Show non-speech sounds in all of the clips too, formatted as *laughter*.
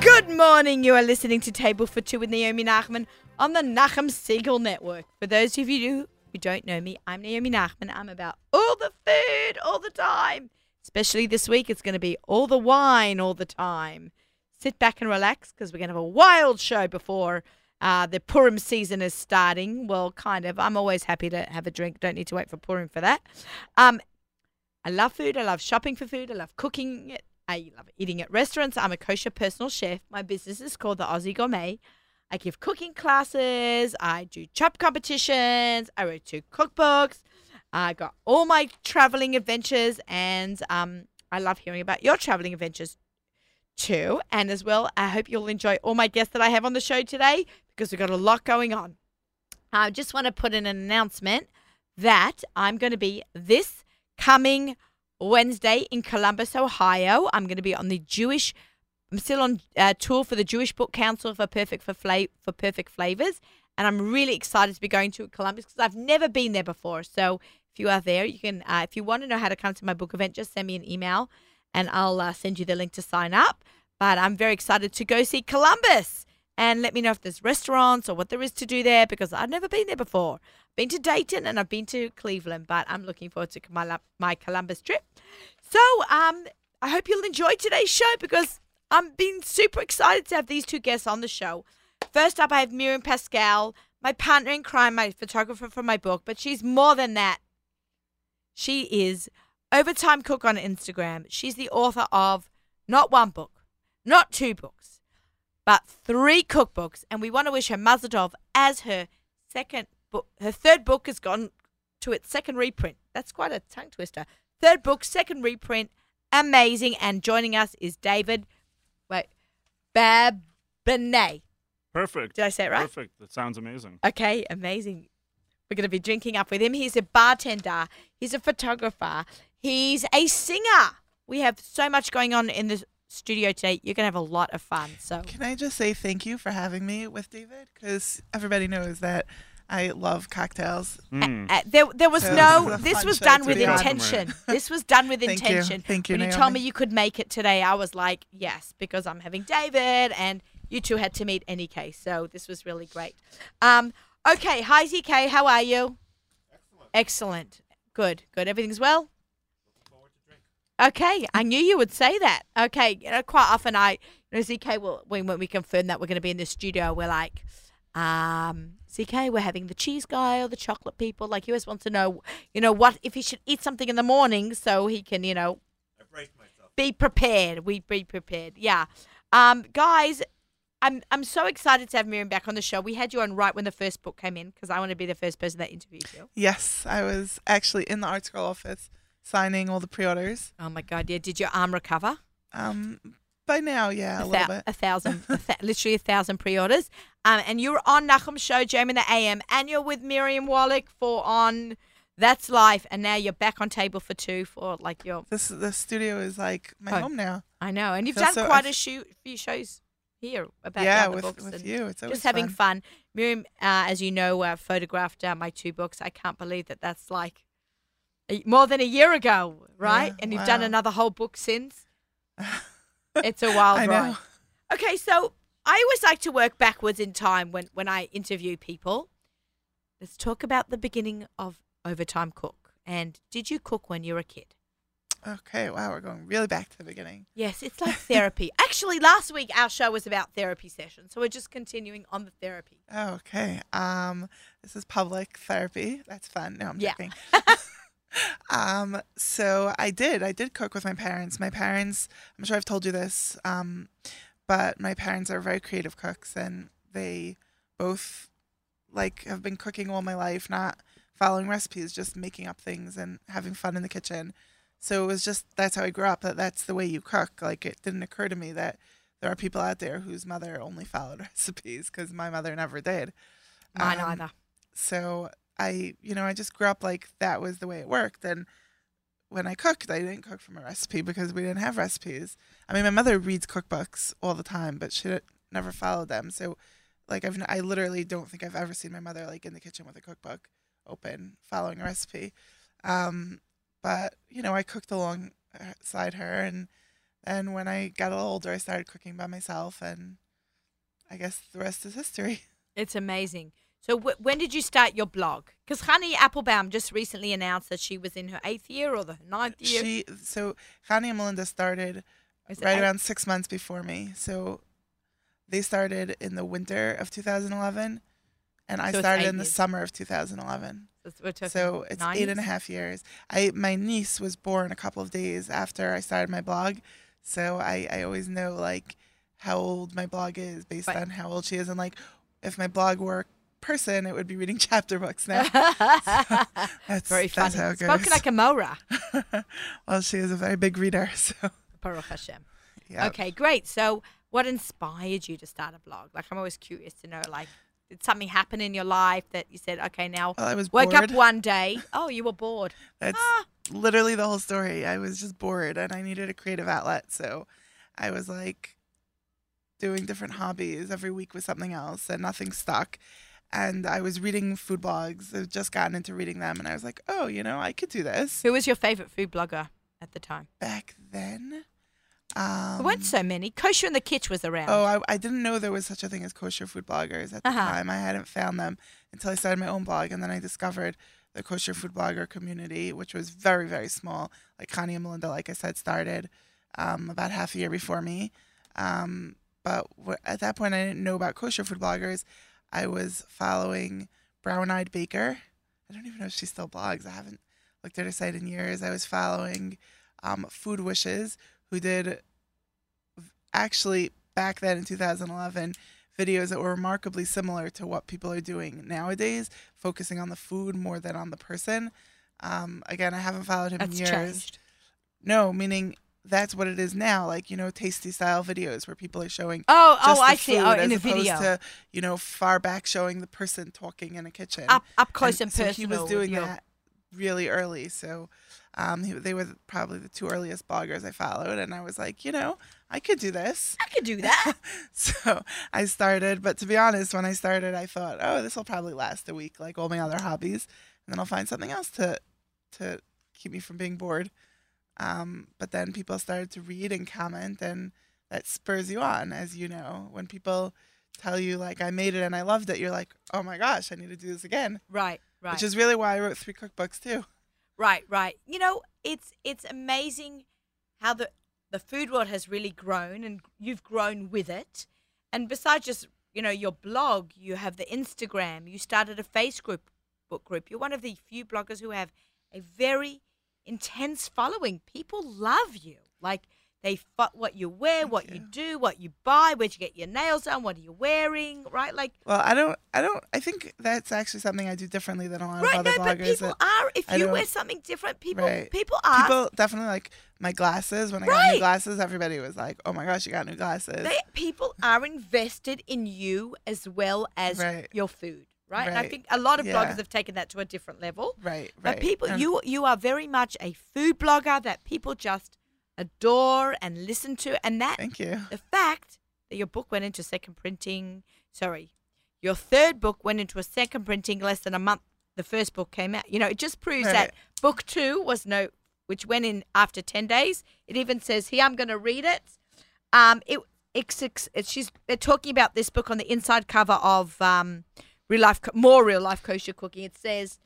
Good morning. You are listening to Table for Two with Naomi Nachman on the Nachum Siegel Network. For those of you who don't know me, I'm Naomi Nachman. I'm about all the food all the time. Especially this week, it's going to be all the wine all the time. Sit back and relax because we're going to have a wild show before uh, the Purim season is starting. Well, kind of. I'm always happy to have a drink. Don't need to wait for Purim for that. Um, I love food. I love shopping for food. I love cooking it. I love eating at restaurants. I'm a kosher personal chef. My business is called the Aussie Gourmet. I give cooking classes. I do chop competitions. I wrote two cookbooks. I got all my traveling adventures, and um, I love hearing about your traveling adventures too. And as well, I hope you'll enjoy all my guests that I have on the show today because we've got a lot going on. I just want to put in an announcement that I'm going to be this coming Wednesday in Columbus, Ohio. I'm going to be on the Jewish. I'm still on uh, tour for the Jewish Book Council for Perfect for Fla- for Perfect Flavors, and I'm really excited to be going to Columbus because I've never been there before. So if you are there, you can. Uh, if you want to know how to come to my book event, just send me an email, and I'll uh, send you the link to sign up. But I'm very excited to go see Columbus and let me know if there's restaurants or what there is to do there because I've never been there before. Been to Dayton and I've been to Cleveland, but I'm looking forward to my Lu- my Columbus trip. So um, I hope you'll enjoy today's show because I'm being super excited to have these two guests on the show. First up, I have Miriam Pascal, my partner in crime, my photographer for my book, but she's more than that. She is Overtime Cook on Instagram. She's the author of not one book, not two books, but three cookbooks, and we want to wish her Mazel Tov as her second book. Her third book has gone to its second reprint. That's quite a tongue twister. Third book, second reprint, amazing. And joining us is David, wait, Babinet. Perfect. Did I say it right? Perfect. That sounds amazing. Okay, amazing. We're going to be drinking up with him. He's a bartender, he's a photographer, he's a singer. We have so much going on in the studio today. You're going to have a lot of fun. So, Can I just say thank you for having me with David? Because everybody knows that I love cocktails. Mm. Uh, there, there was So no. *laughs* this This is a fun was show done to with be on. intention. *laughs* This was done with Thank you. intention. Thank you, When you told me Naomi. you could make it today, I was like, yes, because I'm having David, and you two had to meet any case. So this was really great. Um, okay, hi ZK, how are you? Excellent. Excellent. Good. Good. Everything's well. Okay, I knew you would say that. Okay, you know, quite often I, you know, ZK will when when we confirm that we're going to be in the studio, we're like, um, ZK, we're having the cheese guy or the chocolate people. Like, he always wants to know, you know, what if he should eat something in the morning so he can, you know, be prepared. We be prepared. Yeah, um, guys, I'm I'm so excited to have Miriam back on the show. We had you on right when the first book came in because I want to be the first person that interviews you. Yes, I was actually in the Arts Girl office signing all the pre-orders. Oh my God, yeah. Did your arm recover? Um, by now, yeah, a thou- little bit. a thousand, a th- literally a thousand pre-orders. Um, and you're on Nachum's show, Jam in the AM, and you're with Miriam Wallach for on That's Life, and now you're back on Table for Two for like your. This the studio is like my Oh, home now. I know, and you've feel done so- I quite a f- few, few shows here about Yeah, the other with books with and you, it's always just having fun. fun. Miriam, uh, as you know, uh, photographed uh, my two books. I can't believe that that's like a, more than a year ago, right? Yeah, and you've done wow. another whole book *laughs* since. it's a wild I ride. know. Okay, so I always like to work backwards in time when, when I interview people. Let's talk about the beginning of Overtime Cook. And did you cook when you were a kid? Okay, wow, we're going really back to the beginning. Yes, it's *laughs* like therapy. Actually, last week our show was about therapy sessions, so we're just continuing on the therapy. Oh, Okay. Um, this is public therapy. That's fun. No, I'm Yeah. joking. *laughs* um, so I did. I did cook with my parents. My parents. I'm sure I've told you this. Um, but my parents are very creative cooks, and they both like have been cooking all my life, not following recipes, just making up things and having fun in the kitchen. So it was just that's how I grew up. That that's the way you cook. Like it didn't occur to me that there are people out there whose mother only followed *laughs* recipes because my mother never did. Mine Um, either. So I, you know, I just grew up like that was the way it worked. And when I cooked, I didn't cook from a recipe because we didn't have recipes. I mean, my mother reads cookbooks all the time, but she never followed them. So, like, I've n- I literally don't think I've ever seen my mother like in the kitchen with a cookbook open, following a recipe. Um, but you know, I cooked uh, alongside her, and and when I got a little older, I started cooking by myself, and I guess the rest is history. It's amazing. So wh- when did you start your blog? Because Honey Applebaum just recently announced that she was in her eighth year or the ninth year. She so Connie and Melinda started Is it right eight? around six months before me. So they started in the winter of 2011, and I So it's started eight in the years. summer of 2011. That's- we're talking So it's eight and a 90s? half years. I my niece was born a couple of days after I started my blog, so I I always know like how old my blog is based Right. on how old she is, and like if my blog were a person, it would be reading *laughs* chapter *laughs* books now. That's Very that's funny. how it goes. Spoken like a Mora. well, she is a very big reader, *laughs* so Baruch Hashem. yeah. Okay, great. So, what inspired you to start a blog? Like, I'm always curious to know, like, did something happen in your life that you said, okay, now Well, Uh, I was woke up bored. one day. Oh, you were bored. That's Ah. literally the whole story. I was just bored and I needed a creative outlet, so I was like doing different hobbies every week with something else, and nothing stuck. And I was reading food blogs. I've just gotten into reading them, and I was like, oh, you know, I could do this. Who was your favorite food blogger at the time? Back then, there um, weren't so many. Kosher in the Kitch was around. Oh, I, I didn't know there was such a thing as kosher food bloggers at the Uh-huh. time. I hadn't found them until I started my own blog, and then I discovered the kosher food blogger community, which was very, very small. Like Connie and Melinda, like I said, started um, about half a year before me. Um, but w- at that point, I didn't know about kosher food bloggers. I was following Brown Eyed Baker. I don't even know if she still blogs. I haven't looked at her site in years. I was following um, Food Wishes, who did actually back then in 2011 videos that were remarkably similar to what people are doing nowadays, focusing on the food more than on the person. Um, again, I haven't followed him That's in years. changed. No, meaning that's what it is now. Like you know, tasty style videos where people are showing. Oh, Just oh, the I see. food Oh, in a as opposed video. to you know far back showing the person talking in a kitchen. up, up close and, so personal. He was with doing your- that really early, so um, he, they were probably the two earliest bloggers I followed, and I was like, you know, I could do this. *laughs* I could do that. So I started, but to be honest, when I started, I thought, oh, this will probably last a week, like all my other hobbies, and then I'll find something else to to keep me from being bored. Um, but then people started to read and comment, and that spurs you on, as you know. When people tell you like I made it and I loved it, you're like, oh my gosh, I need to do this again, right, right. which is really why I wrote three cookbooks too. Right, right. You know, it's it's amazing how the the food world has really grown and you've grown with it. And besides just, you know, your blog, you have the Instagram, you started a Facebook book group. You're one of the few bloggers who have a very intense following. People love you. Like they fo- what you wear, Thank what you. you. do, what you buy, where'd you get your nails done, what are you wearing, right? Like Well, I don't, I don't, I think that's actually something I do differently than a lot right, of other no, but bloggers. people that- are if I you don't- wear something different, people Right. people ask people definitely like my glasses. When I got Right. new glasses, everybody was like, "Oh my gosh, you got new glasses!" they, people are invested in you as well as Right. your food, right? And I Right. think a lot of Yeah. bloggers have taken that to a different level. right, right. Um, But people, And- you you are very much a food blogger that people just adore and listen to, and that Thank you. the fact that your book went into second printing, sorry, your third book went into a second printing less than a month. The first book came out. You know, it just proves Right. that book two was no, which went in after ten days. It even says here, I'm going to read it. Um, it it's, it's, it's she's they're talking about this book on the inside cover of um, real life Co- more real life kosher cooking. It says.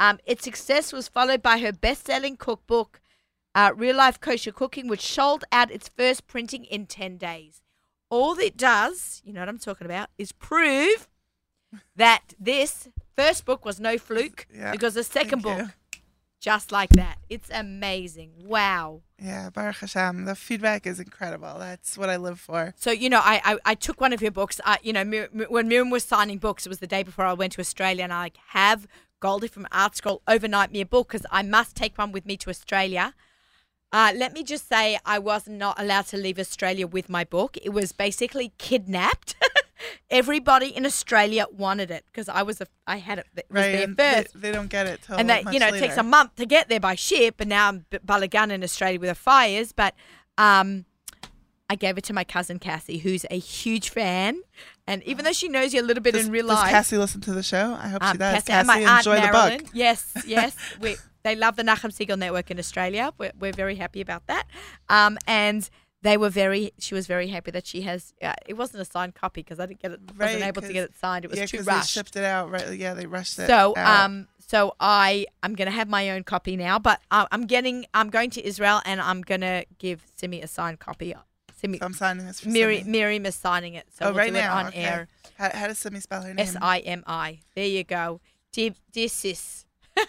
Um, its success was followed by her best-selling cookbook, uh, Real Life Kosher Cooking, which sold out its first printing in 10 days. All it does, you know what I'm talking about, is prove that this first book was no fluke Yeah. because the second Thank book, you. just like that. It's amazing. Wow. Yeah, Baruch Hashem, the feedback is incredible. That's what I live for. So you know, I I, I took one of your books. I, you know, Mir- Mir- when Miriam was signing books, it was the day before I went to Australia, and I like have Goldie from Art Scroll overnight me a book because I must take one with me to Australia. Uh, let me just say, I was not allowed to leave Australia with my book. It was basically kidnapped. *laughs* Everybody in Australia wanted it because I was a, I had it, it was Right, there and they, first they don't get it till and that much you know it later. takes a month to get there by ship and now i'm b- balagan in australia with the fires but um i gave it to my cousin cassie who's a huge fan and even though she knows you a little bit Does, in real does life Cassie listen to the show? I hope she um, does. Cassie, and my aunt enjoy Marilyn. the book. *laughs* yes yes we, they love the nachum siegel network in australia we're, we're very happy about that um and they were very. She was very happy that she has. Uh, it wasn't a signed copy because I didn't get it. Right, wasn't able to 'cause- get it signed. It was yeah, too they rushed. shipped it out. Right? Yeah, they rushed it. So out. um, so I I'm gonna have my own copy now, but I, I'm getting I'm going to Israel and I'm gonna give Simi a signed copy. Simi, So I'm signing this for Miri, Simi. Miriam is signing it, so oh, we'll right do now. it on okay. air. How, how does Simi spell her name? S I M I. There you go. Dear, dear sis. *laughs*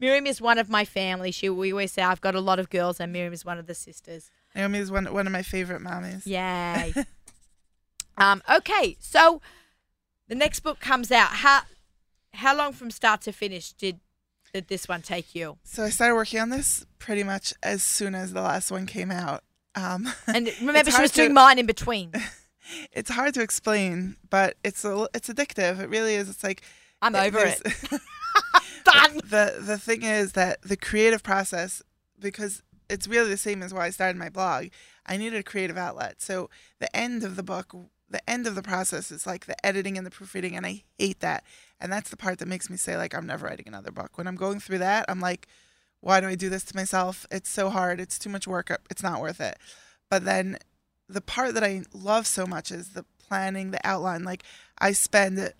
Miriam is one of my family. She we always say I've got a lot of girls, and Miriam is one of the sisters. Naomi is one one of my favorite mommies. *laughs* Yay. um. Okay. So the next book comes out. How how long from start to finish did did this one take you? So I started working on this pretty much as soon as the last one came out. Um, *laughs* And it's remember, she hard was to- doing mine in *laughs* between. It's hard to explain, but it's a, li- it's addictive. It really is. It's like I'm over there's- it. Done. *laughs* the the thing is that the creative process because it's really the same as why I started my blog. I needed a creative outlet. So the end of the book, the end of the process is like the editing and the proofreading and I hate that. And that's the part that makes me say like I'm never writing another book. When I'm going through that, I'm like why do I do this to myself? It's so hard. It's too much work. It's not worth it. But then the part that I love so much is the planning, the outline. Like I spend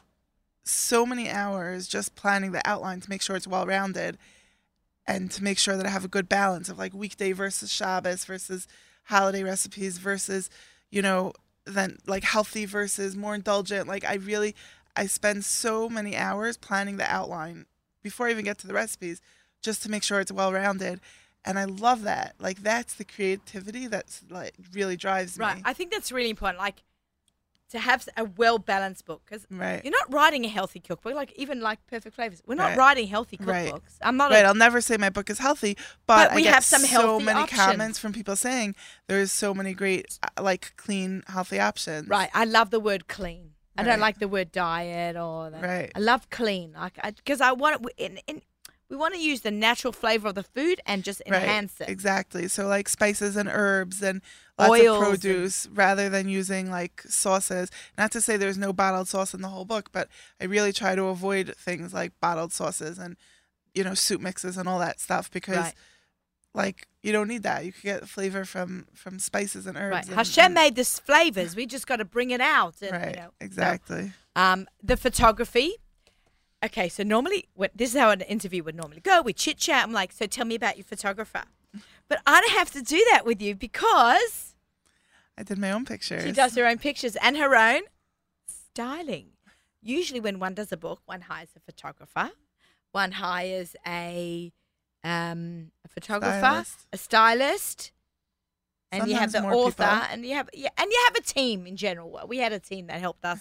so many hours just planning the outline to make sure it's well rounded and to make sure that I have a good balance of like weekday versus Shabbos versus holiday recipes versus, you know, then like healthy versus more indulgent. Like I really, I spend so many hours planning the outline before I even get to the recipes just to make sure it's well rounded. And I love that. Like that's the creativity that's like really drives Right. me. I think that's really important. Like to have a well balanced book because Right. You're not writing a healthy cookbook, like even like Perfect Flavors. We're not Right. writing healthy cookbooks. Right. I'm not. Right, a, I'll never say my book is healthy, but, But we I get have some so healthy many options. comments from people saying there's so many great, uh, like clean, healthy options. right. I love the word clean. I Right. don't like the word diet or that. Right. I love clean, like because I, want it. In, in, we want to use the natural flavor of the food and just Right, enhance it. Exactly. So like spices and herbs and lots Oils of and- produce rather than using like sauces. Not to say there's no bottled sauce in the whole book, but I really try to avoid things like bottled sauces and you know soup mixes and all that stuff because Right. like you don't need that. You could get flavor from from spices and herbs. Right. and- Hashem and- made this flavors. We just got to bring it out. And, you Right. know, so, exactly. um, the photography. Okay, so normally what, this is how an interview would normally go. We chit chat. I'm like, so tell me about your photographer. But I don't have to do that with you because I did my own pictures. She does her own pictures and her own styling. Usually, when one does a book, one hires a photographer, one hires a um, a photographer, Stylist. a stylist, and you have Sometimes the more author, people. and you have yeah, and you have a team in general. We had a team that helped us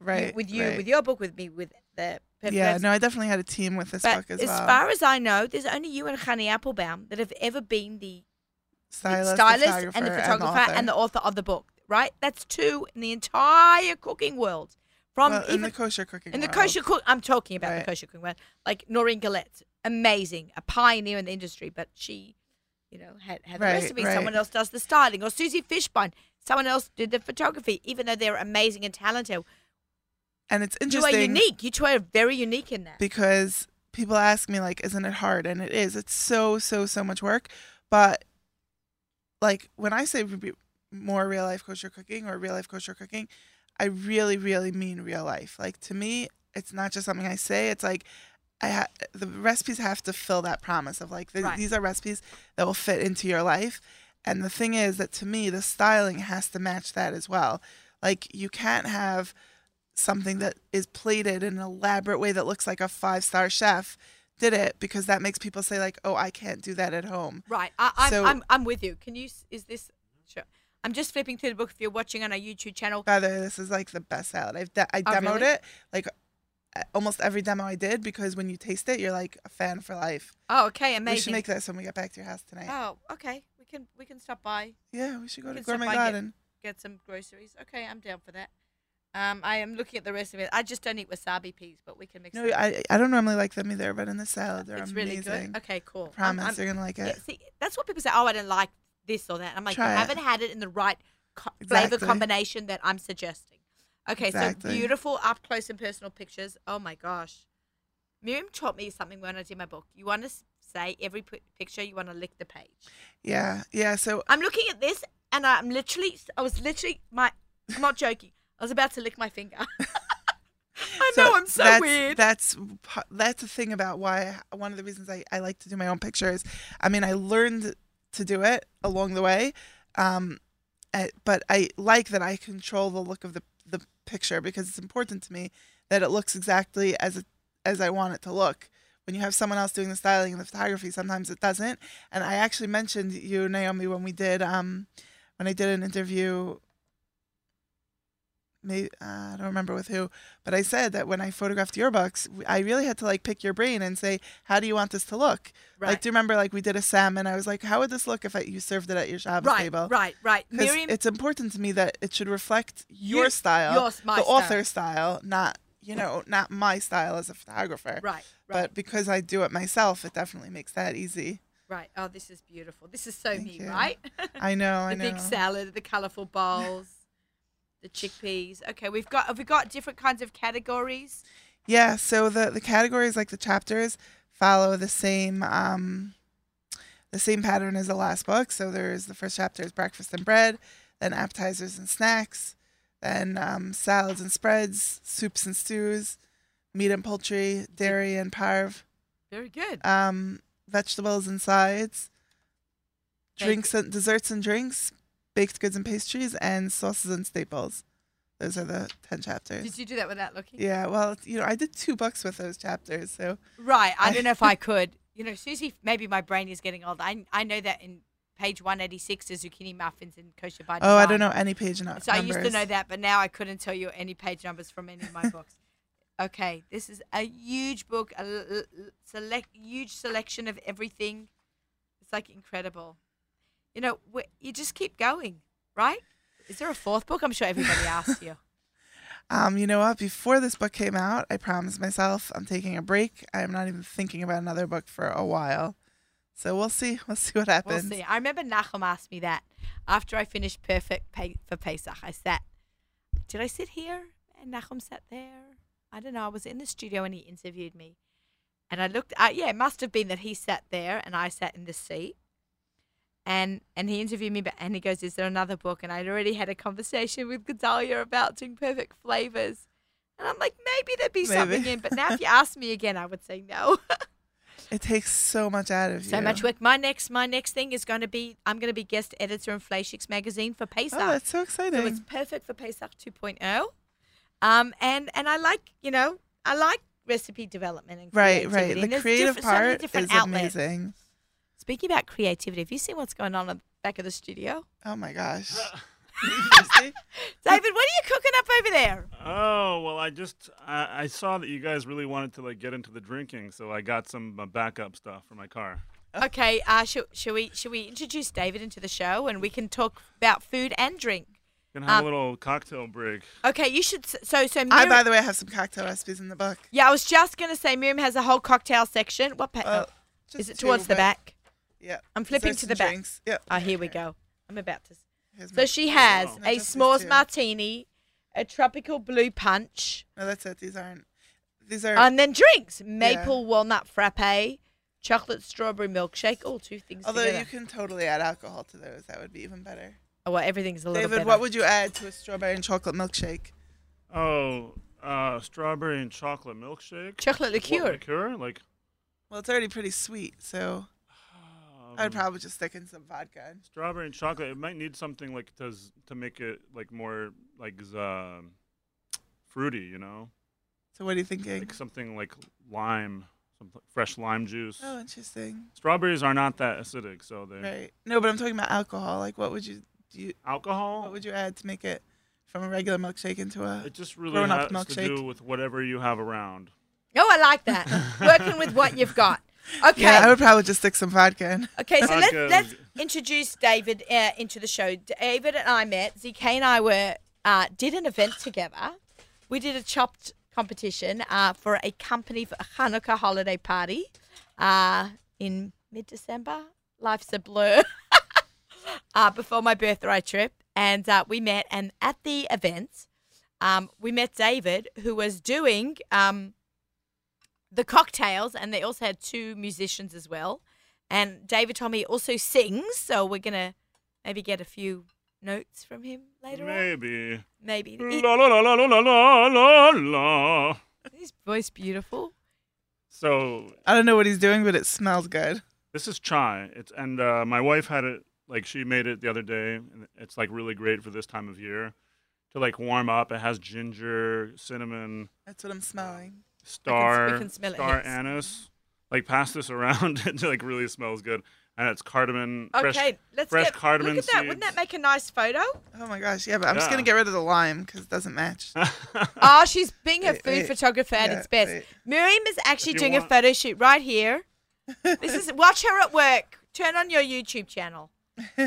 you- right with you, right. with your book, with me, with the Perfect yeah Lives. no i definitely had a team with this But book as, as well far as I know, there's only you and Honey Applebaum that have ever been the stylist, the stylist and the photographer, photographer and the, author. author of the book, right? That's two in the entire cooking world. From Well, in um, even the kosher cooking in the world. kosher cook, I'm talking about Right. the kosher cooking world. Like Noreen Gillette, amazing, a pioneer in the industry, but she, you know, had, had Right, the recipe. right. Someone else does the styling, or Susie Fishbine. Someone else did the photography, even though they're amazing and talented. and it's You are interesting unique. You two are very unique in that. because people ask me like isn't it hard and it is it's so so so much work but like when i say re- more real life kosher cooking or real life kosher cooking i really really mean real life like to me it's not just something i say it's like I ha- the recipes have to fill that promise of like th- Right. these are recipes that will fit into your life and the thing is that to me the styling has to match that as well like you can't have something that is plated in an elaborate way that looks like a five star chef did it because that makes people say like oh i can't do that at home Right. I, I'm, So- I'm, I'm with you. Can you? s- Is this? Sure. I'm just flipping through the book. If you're watching on our YouTube channel, by the way this is like the best salad i've de- i Oh, demoed really? it like uh, almost every demo i did because when you taste it you're like a fan for life Oh, okay, we should amazing. make this when we get back to your house tonight oh, okay. We can we can stop by, yeah we should go we to can stop gourmet by and get- garden get some groceries. Okay, I'm down for that. Um, I am looking at the rest of it. I just don't eat wasabi peas, but we can mix. no them. I, I don't normally like them either but in the salad they're it's really amazing good. Okay, cool. I'm- promise I'm- you're gonna like yeah, it see, that's what people say. Oh, I don't like this or that. I'm like, Try you it. haven't had it in the right co- Exactly. flavor combination that I'm suggesting. Okay, so Exactly. beautiful up close and personal pictures. Oh my gosh, Miriam taught me something when I did my book. You want to say every pi- picture, you want to lick the page. yeah yeah so I'm looking at this and I'm literally, I was literally, my, I'm not joking. I was about to lick my finger. *laughs* I know I'm so that's, weird. That's pa- that's the thing about why one of the reasons I, I like to do my own pictures. I mean, I learned to do it along the way, um, eh, but I like that I control the look of the the picture because it's important to me that it looks exactly as it, as I want it to look. When you have someone else doing the styling and the photography, sometimes it doesn't. And I actually mentioned you, Naomi, when we did um, when I did an interview. Maybe, uh, I don't remember with who, but I said that when I photographed your books, w- I really had to like pick your brain and say, how do you want this to look? Like, do you remember like we did a salmon? I was like, how would this look if I, you served it at your Shabbos right, table? right, right. 'Cause Miriam, it's important to me that it should reflect your You- style, yours, my the style. author's style, not you know, not my style as a photographer. Right, right, But because I do it myself, it definitely makes that easy. right. Oh, this is beautiful. This is so Thank me, you. right? *laughs* I know, I the know. big salad, the colourful bowls, the chickpeas. Okay, we've got have we got different kinds of categories? Yeah, so the the categories like the chapters follow the same um the same pattern as the last book. So there's the first chapter is breakfast and bread, then appetizers and snacks, then um, salads and spreads, soups and stews, meat and poultry, dairy and parve, Very good. um, vegetables and sides, Baked- drinks and desserts and drinks, baked goods and pastries, and sauces and staples. Those are the ten chapters. Did you do that without looking? Yeah, well, it's- you know, I did two books with those chapters, so Right. I don't know *laughs* if I could. You know, Susie, maybe my brain is getting old. I I know that in page 186 is zucchini muffins and kosher by oh, I don't Design. know any page nu- So numbers. I used to know that, but now I couldn't tell you any page numbers from any of *laughs* my books. Okay, this is a huge book, a l- l- l- select huge selection of everything. It's like incredible. You know, wh- you just keep going, right? Is there a fourth book? I'm sure everybody asked you. Um, you know what? Before this book came out, I promised myself I'm taking a break. I'm not even thinking about another book for a while. So we'll see. We'll see what We'll happens. see. I remember Nachum asked me that after I finished Perfect Pe- for Pesach. I sat. Did I sit here? And Nachum sat there. I don't know. I was in the studio and he interviewed me. And I looked. Uh, yeah, it must have been that he sat there and I sat in the seat. And and he interviewed me, but and he goes, "Is there another book?" And I'd already had a conversation with Gedalia about doing perfect flavors, and I'm like, maybe there'd be something Maybe. in. But now, if you asked me again, I would say no. It takes so much out of you. So much work. My next, my next thing is going to be I'm going to be guest editor in Flashix magazine for Pesach. Oh, that's so exciting. so it's perfect for Pesach 2.0. Um, and and I like you know I like recipe development and right, right. creativity. The And there's creative different- so many part different is outlets. amazing. Speaking about creativity, have you seen what's going on at the back of the *laughs* studio? Oh *laughs* my gosh. You thirsty? David, what are you cooking up over there? Oh well, I just I, I saw that you guys really wanted to like get into the drinking, so I got some uh, backup stuff for my car. Okay, uh, shall, shall we shall we introduce David into the show and we can talk about food and drink? Gonna Um, have a little cocktail break. Okay, you should. s- So so. I, Mira- by the way, have some cocktail recipes in the book. Yeah, I was just gonna say Miriam has a whole cocktail section. What pa- Well, oh, Uh, just is it two, towards the but- back? Yeah. I'm flipping desserts to the and back. drinks. Yeah. Oh, here we go. I'm about to. s- Here's So my- she has Wow. Not a just these s'mores two. martini, a tropical blue punch, No, that's it. These aren't. These are. and then drinks: maple walnut frappe, chocolate strawberry milkshake. All two things although together. you can totally add alcohol to those, that would be even better. oh, well, everything's a little David, better. what would you add to a strawberry and chocolate milkshake? Oh, uh, strawberry and chocolate milkshake. chocolate What, liqueur? liqueur, like. Well, it's already pretty sweet, so um, I'd probably just stick in some vodka. Strawberry and chocolate. It might need something like to z- to make it like more like z- um fruity, you know, So, what are you thinking? like something like lime, some fresh lime juice. Oh, interesting. Strawberries are not that acidic, so they Right. No, but I'm talking about alcohol. Like, what would you do? You, alcohol. what would you add to make it from a regular milkshake into a? It just really has Grown-up to milkshake. do with whatever you have around. Oh, I like *laughs* that. Working with what you've got. Okay. Yeah, I would probably just stick some vodka in. Okay, so let's, Vodka. let's introduce David uh, into the show. David and I met. ZK and I were uh, did an event together. We did a chopped competition uh, for a company for a Hanukkah holiday party uh, in mid December. Life's a blur. *laughs* uh, before my birthday trip, and uh, we met. And at the event, um, we met David, who was doing um, the cocktails, and they also had two musicians as well. And David told me he also sings, so we're gonna maybe get a few notes from him later on? Maybe. Maybe. He- La la la la la la la la. His voice beautiful. So I don't know what he's doing, but it smells good. This is chai. It's and uh, my wife had it like she made it the other day, and it's like really great for this time of year to like warm up. It has ginger, cinnamon, That's what I'm smelling. star, can smell it, star yes. anise. Like pass this around. *laughs* it like really smells good, and it's cardamom. Okay, Fresh, *laughs* let's fresh get cardamom look at that. Wouldn't that seeds. make a nice photo? Oh my gosh, yeah, but I'm just Yeah. gonna get rid of the lime because it doesn't match. Ah, she's being a *laughs* Wait, food wait, photographer at Eh, yeah, eh. its best. wait. Miriam is actually If you doing a want- photo shoot right here. *laughs* This is watch her at work. Turn on your YouTube *laughs* channel.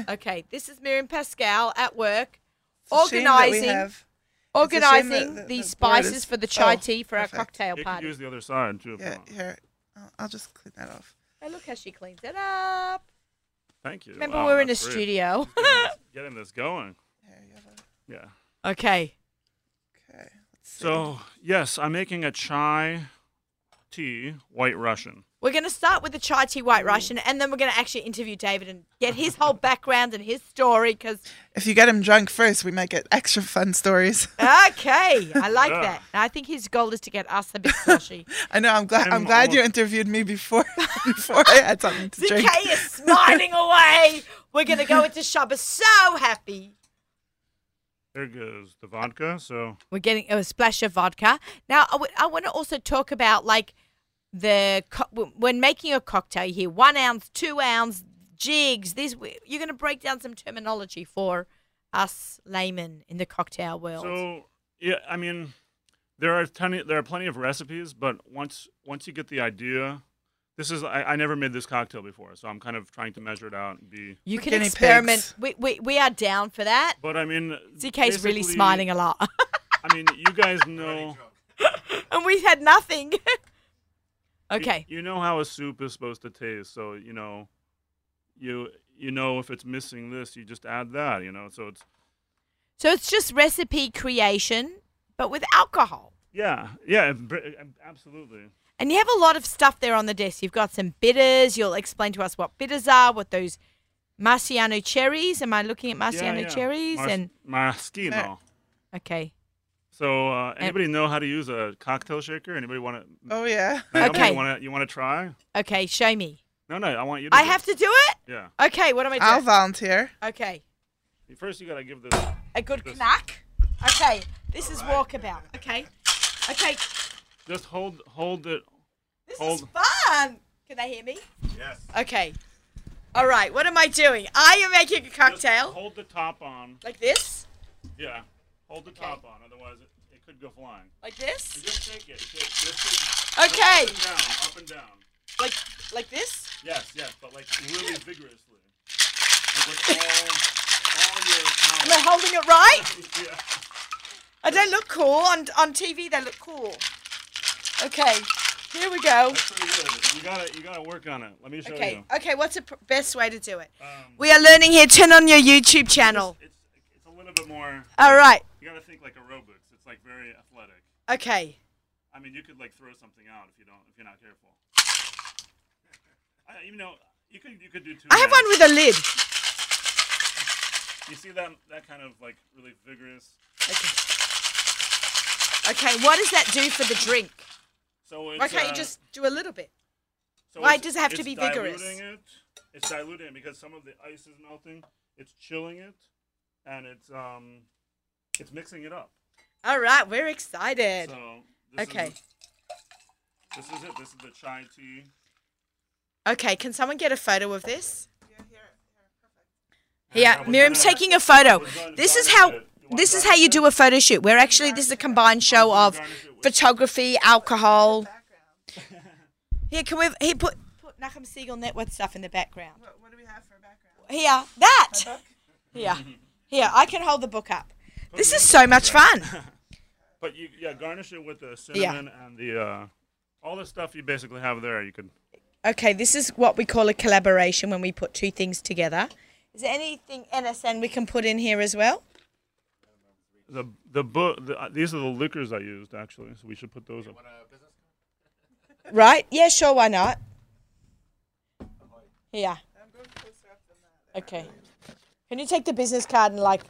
Okay, this is Miriam Pascal at work, It's a shame that we Organising. have- It's a shame that organizing the- the, the board spices is- for the chai oh, tea for perfect. our cocktail you can party. use the other side too. if you Yeah, want. here. I'll, I'll just clean that off. Hey, look how she cleans it up. Thank you. Remember, Wow, we're in a "Oh, that's great. studio. *laughs* Getting this- Getting this going. There you have it. Yeah. okay. Okay. Let's see. So yes, I'm making a chai tea white Russian. We're going to start with the chai tea white Russian, and then we're going to actually interview David and get his whole background and his story. Because if you get him drunk first, we might get extra fun stories. *laughs* okay, I like Yeah. that. I think his goal is to get us *laughs* a bit sloshy. I know. I'm glad. I'm I'm glad you almost- interviewed me before *laughs* before I had something *laughs* to drink. ZK is *laughs* smiling away. We're going to go into Shabba so happy. There goes the vodka. So We're getting a splash of vodka. Now, I want to also talk about like the co- w- when making a cocktail. You hear one ounce, two ounce, jigs. This you're going to break down some terminology for us laymen in the cocktail world. So yeah, I mean, there are plenty there are plenty of recipes, but once once you get the idea, this is I, I never made this cocktail before, so I'm kind of trying to measure it out and be. you can guinea experiment. pigs. We, we we are down for that. But I mean, ZK's really basically, smiling a lot, I mean, you guys know. and we had *laughs* nothing. you- okay. You, know how a soup is supposed to taste, so you know, you you know if it's missing this, you just add that. You know, so it's So it's just recipe creation, but with alcohol. yeah, yeah, br- absolutely. And you have a lot of stuff there on the desk. You've got some bitters. You'll explain to us what bitters are, what those Marciano cherries. Am I looking at Yeah, Marciano yeah. cherries? Mars- and maraschino. Mar- okay, So, uh, anybody know how to use a cocktail shaker? Anybody want to? Oh yeah. Okay. You want to? You want to try? okay, show me. No, no. I want you to. I do have it. to do it. Yeah. Okay, what am I I'll doing? volunteer. okay, First, you gotta give this. a good This- knack. Okay, this is walkabout. Okay, okay, Just hold, hold it. this is Hold. fun. Can they hear me? Yes. Okay. All right, what am I doing? I am making a just cocktail Hold the top on. like this, Yeah. Hold the top on. Otherwise, it, it could go flying. like this, Just shake it. Shake, just shake. it. Okay. Up and down. Up and down. like like this. Yes, yes, but like really vigorously. Like with all, all Am your I holding it right? power. *laughs* yeah. I don't look cool on on TV. They look cool. Okay, here we go. That's pretty good. You gotta, you gotta work on it. Let me show Okay, you. okay. What's the pr- best way to do it? Um, We are learning here. Turn on your YouTube channel. It's, it's a little bit more. All right. You gotta think like aerobics. It's like very athletic. Okay. I mean, you could like throw something out if you don't, if you're not careful. *laughs* I, you know, you could you could do two. I have hands. one with a lid. You see that that kind of like really vigorous. Okay. Okay. What does that do for the drink? So it's, Why can't uh, you just do a little bit? so why it's- does it have to it's be vigorous? Diluting it. It's diluting it because some of the ice is melting. It's chilling it, and it's um, it's mixing it up. All right. We're excited. So this Okay. Is, this is it. This is the chai tea. Okay. Can someone get a photo of this? I Yeah, was Miriam's Uh, gonna- taking a photo. was gonna This is garnish how it. You wanna this is how garnish you it? do a photo shoot. We're actually this is a combined show gonna of garnish it with- photography, alcohol. Here, can we? He put put Nachum Siegel network stuff in the background. What, do we have for background? Here, that. Here, here. I can hold the book up. This is so much fun. *laughs* But you yeah, garnish it with the cinnamon and the uh, all the stuff you basically have there. You could Okay, this is what we call a collaboration when we put two things together. Is there anything NSN we can put in here as well? the the book. The, uh, these are the liquors I used actually, so we should put those up. Right? Yeah, sure, why not? Yeah. Okay. Can you take the business card and like,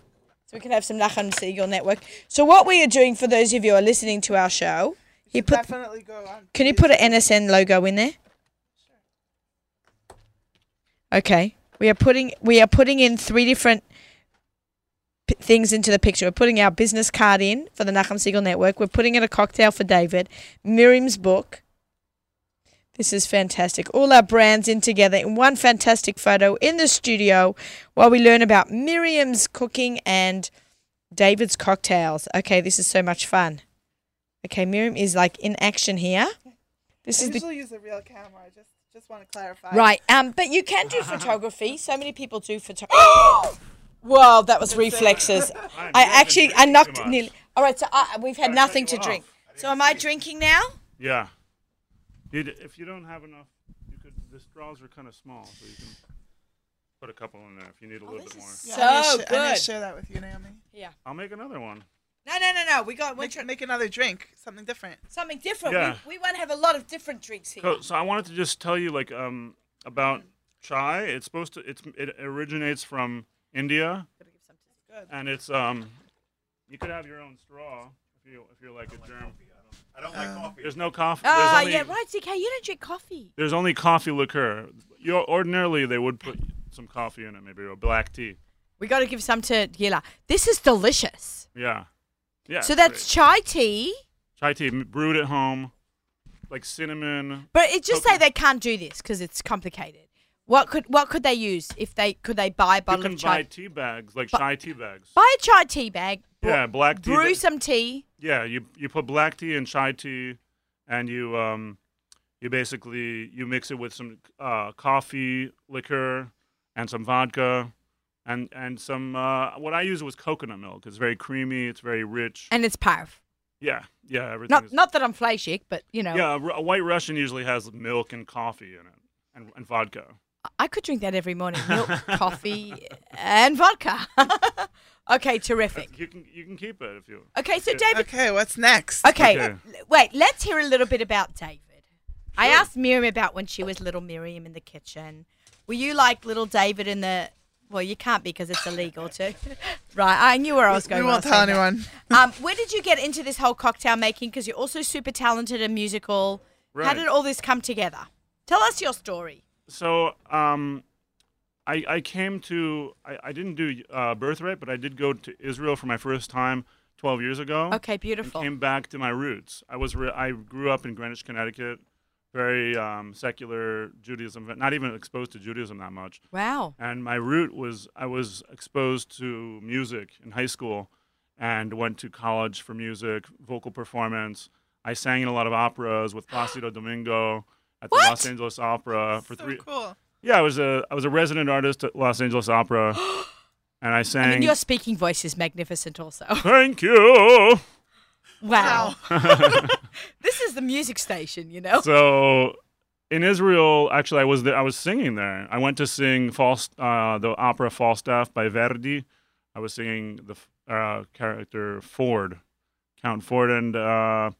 so we can have some Nachum Siegel Network? So what we are doing for those of you who are listening to our show, he put. Definitely go on. Can you put an NSN logo in there? Okay. We are putting we are putting in three different p- things into the picture. We're putting our business card in for the Nachum Siegel Network. We're putting in a cocktail for David. Miriam's book. This is fantastic. All our brands in together in one fantastic photo in the studio while we learn about Miriam's cooking and David's cocktails. Okay, this is so much fun. Okay, Miriam is like in action here. This I is the *laughs* usually use a real camera. I just just want to clarify. Right. Um, but you can do photography. So many people do photography. *gasps* Whoa, that was reflexes. I'm I drinking actually, I too knocked much. nearly. All right, so I, we've had cut nothing you to off. drink. So am I drinking now? Yeah. You d- if you don't have enough, you could. The straws are kind of small, so you can put a couple in there if you need a little Oh, this bit more. is Yeah, So I'm gonna sh- I'm gonna good. share that with you, Naomi. I'll make another one. No, no, no, no. We got we're Make, trying make another drink, something different. something different. Yeah. We, we want to have a lot of different drinks here. So, so I wanted to just tell you like um about chai. It's supposed to. It's it originates from India, and it's um you could have your own straw if you if you're like a germ. I don't like coffee. There's no coffee. Ah, there's only, yeah, right, ZK. You don't drink coffee. There's only coffee liqueur. You ordinarily they would put some coffee in it, maybe or black tea. We got to give some to Gila. This is delicious. Yeah, so yeah. it's great. that's chai tea, chai tea m- brewed at home, like cinnamon. but it just say Okay. they can't do this because it's complicated. What could what could they use if they could they buy a You bottle can of chai? buy tea bags, like Bu- chai tea bags. buy a chai tea bag. bro- Yeah, black tea. brew ba- some tea. yeah, you you put black tea and chai tea, and you um, you basically you mix it with some uh, coffee liquor and some vodka, and and some uh, what I used was coconut milk. It's very creamy. It's very rich. And it's parv. yeah, yeah, everything. Not is- not that I'm flashy, but you know, yeah, a r- a white Russian usually has milk and coffee in it, and, and vodka. I could drink that every *laughs* morning. Milk, coffee, and vodka. *laughs* okay, terrific. You can you can keep it if you. Okay, so David. Okay, what's next? Okay, Okay. l- wait. Let's hear a little bit about David. I asked Miriam about when she was little Miriam in the kitchen. Were you like little David in the? Well, you can't because it's illegal to. *laughs* right, I knew where I was going. we when I won't was tell saying *laughs* that. anyone. Um, where did you get into this whole cocktail making? Because you're also super talented and musical. How Right. did all this come together? Tell us your story. So um, I I came to I, I didn't do uh, birthright, but I did go to Israel for my first time 12 years ago. Okay, And beautiful. came back to my roots. I was re- I grew up in Greenwich, Connecticut, very um, secular Judaism, not even exposed to Judaism that much. Wow. and my route was I was exposed to music in high school and went to college for music, vocal performance. I sang in a lot of operas with Placido Domingo at the What? Los Angeles Opera for so three. Oh, cool. Yeah, I was a I was a resident artist at Los Angeles Opera, and I I sang. mean, your speaking voice is magnificent, also. *laughs* Thank you. Wow. *laughs* this is the music station, you know? So in Israel, actually, I was there, I was singing there. I went to sing Falst, uh, the opera Falstaff by Verdi. I was singing the f- uh, character Ford, Count Ford, and uh,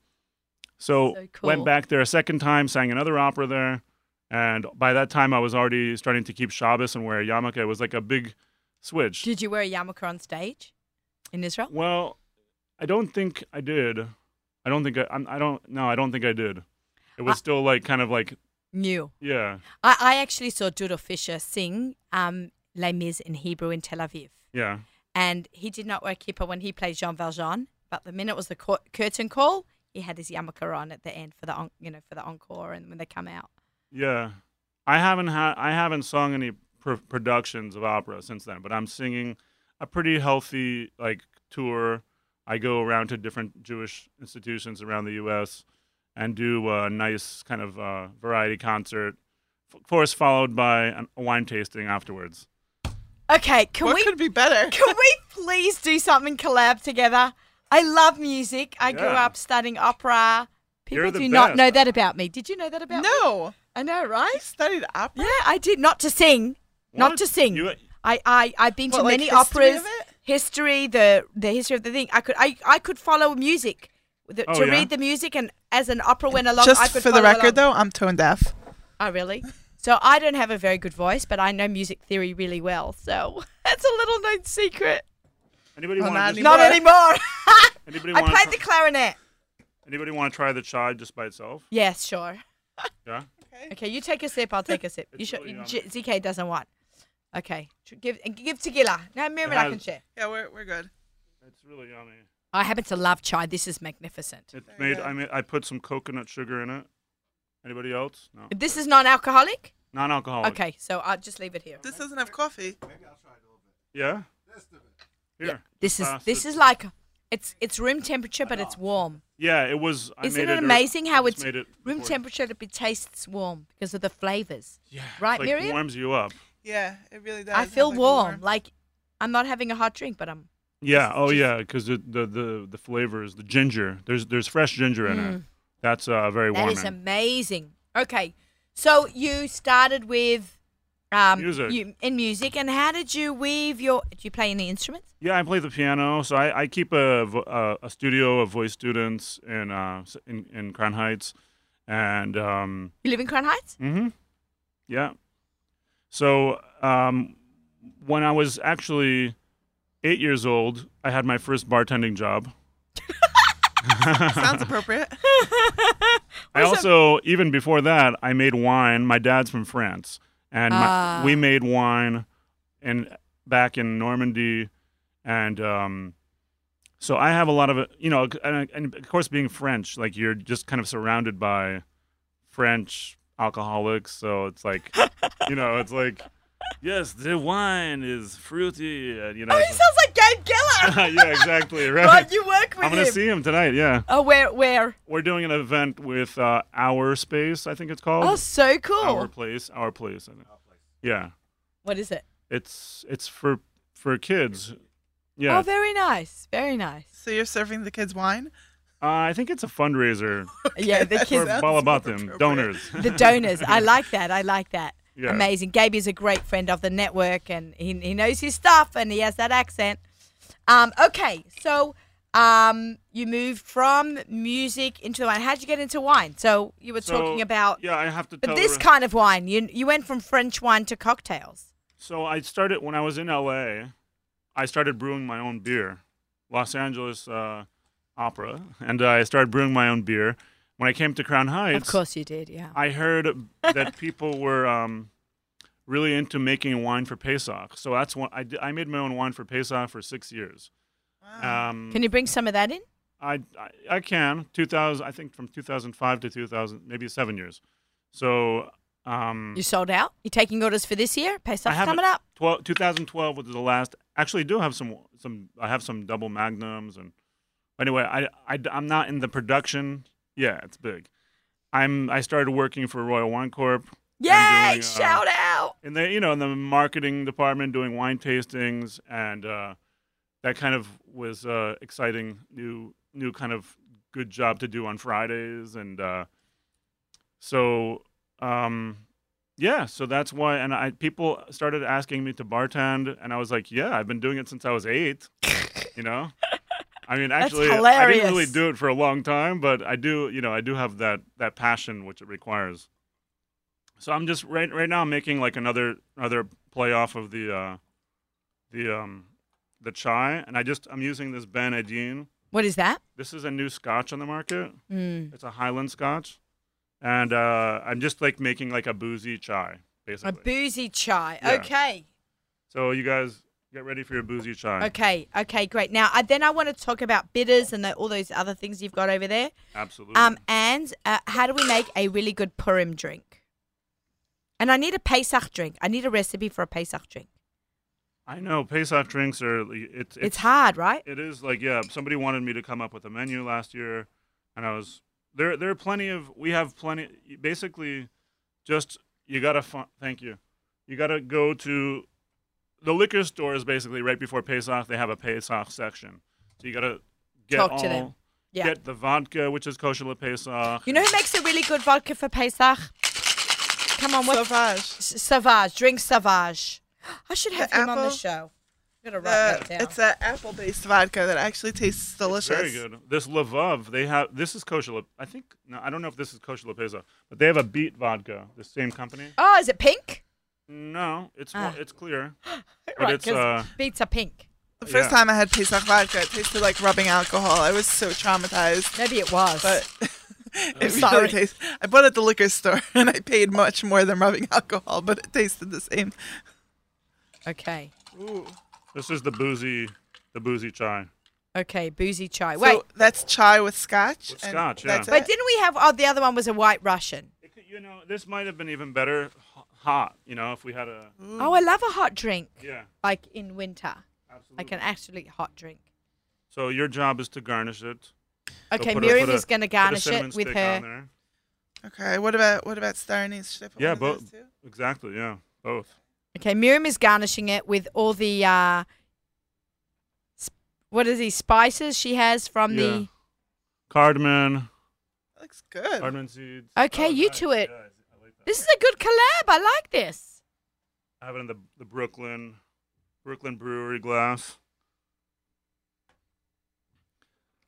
so, So cool. went back there a second time, sang another opera there, and by that time I was already starting to keep Shabbos and wear a yarmulke. It was like a big switch. Did you wear a yarmulke on stage in Israel? well, I don't think I did. I don't think I. I'm, I don't. No, I don't think I did. It was still like kind of like New. yeah. I, I actually saw Doodle Fisher sing um, Les Mis in Hebrew in Tel Aviv. Yeah. And he did not wear kippah when he played Jean Valjean, but the minute was the cur- curtain call, he had his yarmulke on at the end for the en- you know for the encore and when they come out. Yeah. I haven't had I haven't sung any pr- productions of opera since then, but I'm singing a pretty healthy like tour. I go around to different Jewish institutions around the US and do a nice kind of uh, variety concert. Of course, followed by an, a wine tasting afterwards. Okay, can what we could be better? *laughs* can we please do something collab together? I love music. I grew Yeah. up studying opera. You're People the do not best. know that about me. Did you know that about me? No, I know, I right? studied opera. Yeah, I did. Not to sing. Not What? to sing. You- I, I, I've been to What, like many history of operas. it? History, the the history of the thing. I could I, I could follow music. with The, Oh, to yeah? read the music and as an opera went along, I Just could for the follow record, along. though, I'm tone deaf. Oh, really? So *laughs* I don't have a very good voice, but I know music theory really well. So That's a little known secret. Anybody Well, want? not Not anymore. *laughs* Anybody I want? played the clarinet. Anybody want to try the chai just by itself? Yes, sure. Yeah. Okay. Okay, you take a sip. I'll take a sip. You It's should. really yummy. J- ZK doesn't want. Okay, Tr- give give tequila. Now, Miriam and I has- can share. Yeah, we're, we're good. It's really yummy. I happen to love chai. This is magnificent. It's Very made. good. I mean, I put some coconut sugar in it. Anybody else? No. This is non-alcoholic. Non-alcoholic. Okay, so I'll just leave it here. This doesn't have coffee. Yeah. Here. This is Uh, so this is like it's it's room temperature, but it's warm. Yeah, it was. I Isn't made it or- amazing I how just it's made it room before- temperature, but it tastes warm because of the flavors. Yeah, it's Right, like Miriam? warms you up. Yeah, it really does. I It feel has, like, a warm. Like I'm not having a hot drink, but I'm. Yeah. Oh just- yeah, because the, the the the flavors, the ginger. There's there's fresh ginger in it. That's uh very Mm. That warming. is amazing. Okay, so you started with um, Music. You, in music, and how did you weave your? Do you play any instruments? Yeah, I play the piano, so I, I keep a, vo- a a studio of voice students in uh s- in, in Crown Heights, and um You live in Crown Heights. hmm yeah, so um when I was actually eight years old, I had my first bartending job. warm. *laughs* Sounds appropriate. I also, even before that, I made wine. My dad's from France, and my, Ah. we made wine in back in Normandy, and um, so I have a lot of you know, and, and of course, being French, like you're just kind of surrounded by French alcoholics, so *laughs* it's like, you know, it's like, yes, the wine is fruity, and you know, Oh, he it's- sounds like Gabe *laughs* Geller. yeah, *laughs* exactly, right. right, you work with I'm gonna him. see him tonight. Yeah, Oh, where where? we're doing an event with uh, Our Space, I think it's called. Oh, so cool. Our place, our place. I think. Yeah, What is it? it's it's for for kids. Yeah, Oh, very nice. Very *laughs* nice. So you're serving the kids wine? uh, I think it's a *laughs* fundraiser Yeah, the that's for kids, Sounds all about more them appropriate. donors. the donors. I like that. I like that. Yeah. Amazing. Gabe is a great friend of the network, and he, he knows his stuff, and he has that accent. Um, okay, so um, you moved from music into wine. How'd you get into wine? So you were *laughs* So, talking about, Yeah, I have to. but tell this her- kind of wine. You you went from French wine to cocktails. So I started when I was in LA. I started brewing my own beer, Los Angeles uh, Opera, and I started brewing my own beer. When I came to Crown Heights, of course you did. Yeah. I heard that *laughs* people were um, really into making wine for Pesach. So that's one I, did, I made my own wine for Pesach for six years. Wow. Um, Can you bring some of that in? I, I I can 2000. I think from 2005 to 2000, maybe seven years. So um, You sold out. You taking orders for this year? I Pesach's have coming up. 12, 2012 was the last. Actually, I do have some some. I have some double magnums and anyway, I, I am not in the production. Yeah, it's big. I'm I started working for Royal Wine Corp. Yay! doing, uh, Shout out. in the you know in the marketing department doing wine tastings and uh, that kind of was uh, exciting new new kind of good job to do on Fridays and uh, so um, yeah so that's why and I people started asking me to bartend and I was like yeah I've been doing it since I was eight you know I mean actually I didn't really hilarious. do it for a long time but I do you know I do have that that passion which it requires so I'm just right right now. I'm making like another another playoff of the uh, the um, the chai, and I just I'm using this Ben Edine. What is that? This is a new Scotch on the market. Mm. It's a Highland Scotch, and uh, I'm just like making like a boozy chai A basically. boozy chai. Yeah. Okay. so you guys get ready for your boozy chai. Okay, okay, great. Now, I, then I want to talk about bitters and the, all those other things you've got over there. Absolutely. Um, and uh, how do we make a really good Purim drink? And I need a Pesach drink. I need a recipe for a Pesach drink. I know Pesach drinks are it's It's, hard, right? It is like yeah. Somebody wanted me to come up with a menu last year, and I was there. There are plenty of we have plenty. Basically, just you gotta fi- thank you. You gotta go to the liquor store is basically right before Pesach. They have a Pesach section, so you gotta get Talk all to them. Yeah. get the vodka, which is kosher le Pesach. You know who makes a really good vodka for Pesach? Come on, what? Sauvage. S- Savage. Drink Savage. I should have The him on the apple? show. I'm gonna write The, that down. it's an apple-based vodka that actually tastes delicious. Very good. This Lvov, they have this is kosher. Le- I think no, I don't know if this is kosher le Pesach, but they have a beet vodka. The same company. oh, is it pink? No, it's wa- Ah. it's clear, *gasps* but right, it's because uh, beets are pink. The first Yeah. time I had Pesach vodka, it tasted like rubbing alcohol. I was so traumatized, Maybe it was. but *laughs* Oh, it sorry. really tastes. I bought it at the liquor store, *laughs* and I paid much more than rubbing alcohol, but it tasted the same. okay. Ooh. this is the boozy, the boozy chai. Okay, boozy chai. Wait, So that's chai with scotch. With and scotch, yeah. that's but it? didn't we have? Oh, the other one was a white Russian. It could, you know, this might have been even better h- hot. You know, if we had a Mm. Oh, I love a hot drink. yeah, Like in winter, absolutely. like an absolute hot drink. so your job is to garnish it. So Okay, put a- Miriam put a- is going to put a garnish cinnamon it with stick her. on there. okay. What about what about star anise? Should I put Yeah, one of both. those too? Exactly. Yeah, both. Okay, Miriam is garnishing it with all the uh, sp- what is these spices she has from the. Cardamom, That looks good. cardamom seeds. Oh, Okay, you nice. to it. Yeah, I like that. This is a good collab. I like this. I have it in the, the Brooklyn, Brooklyn Brewery glass.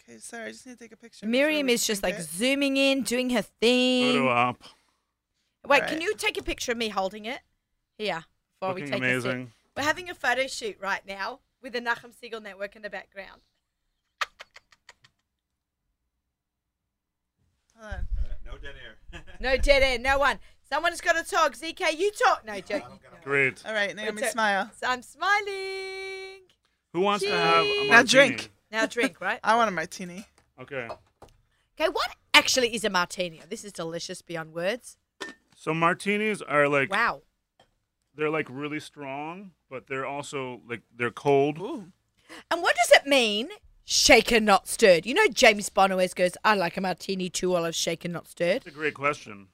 Okay, sorry, I just need to take a picture. before Miriam we is just drink like it. zooming in, doing her Photo thing. op. Wait, All can right. you take a picture of me holding it? Here, before we Looking take a sip. amazing. We're having a photo shoot right now with the Nachum Siegel Network in the background. Hold on. No dead air. *laughs* No dead end, no one. Someone's got to talk. ZK, you talk. *laughs* No, joke. Great. All right, Naomi, It's a- smile. So I'm smiling. Who wants to have a Cheese. Now martini? drink. Now drink, *laughs* right? I want a martini. Okay. Okay, what actually is a martini? This is delicious beyond words. So martinis are like Wow. they're like really strong, but they're also like they're cold. Ooh. And what does it mean? Shaken, not stirred. You know, James Bond always goes, I like a martini two olives shaken, not stirred. That's a great question.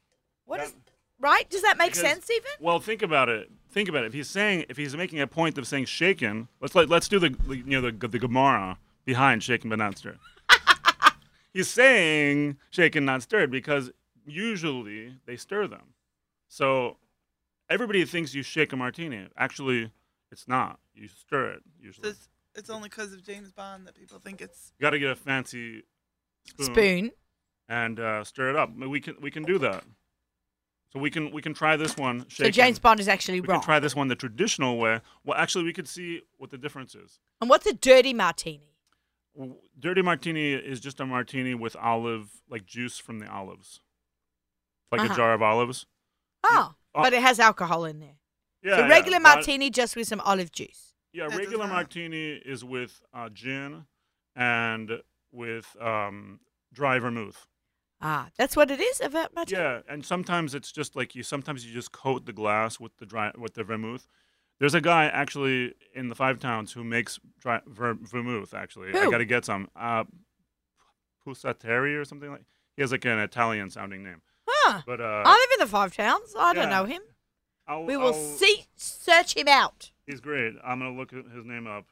What is, That- right? Does that make Because- sense even? Well, think about it. Think about it. If he's saying, if he's making a point of saying shaken, let's like let's do the the- you know the the Gemara behind shaken but *laughs* not stirred. he's saying shaken not stirred because usually they stir them. So everybody thinks you shake a martini. Actually, it's not. You stir it usually. It's, it's only because of James Bond that people think it's. You got to get a fancy spoon, Spoon. and uh, stir it up. We can we can do that. So we can we can try this one. So Shaken. James Bond is actually We wrong. can try this one the traditional way. Well, actually, we could see what the difference is. and what's a dirty martini? W- Dirty martini is just a martini with olive, like juice from the olives, like Uh-huh. a jar of olives. Oh, Uh, but it has alcohol in there. Yeah, so yeah, regular but- martini just with some olive juice. Yeah, That does regular not- martini is with uh, gin and with um, dry vermouth. Ah, that's what it is about martini. Yeah, and sometimes it's just like you. Sometimes you just coat the glass with the dry with the vermouth. There's a guy actually in the Five Towns who makes dry, ver, vermouth. Actually, I Who? got to get some. Uh, Pusateri or something like. He has like an Italian sounding name, Huh. but uh, I live in the Five Towns. I don't yeah. know him. I'll- We will I'll- see, search him out. He's great. I'm gonna look his name up.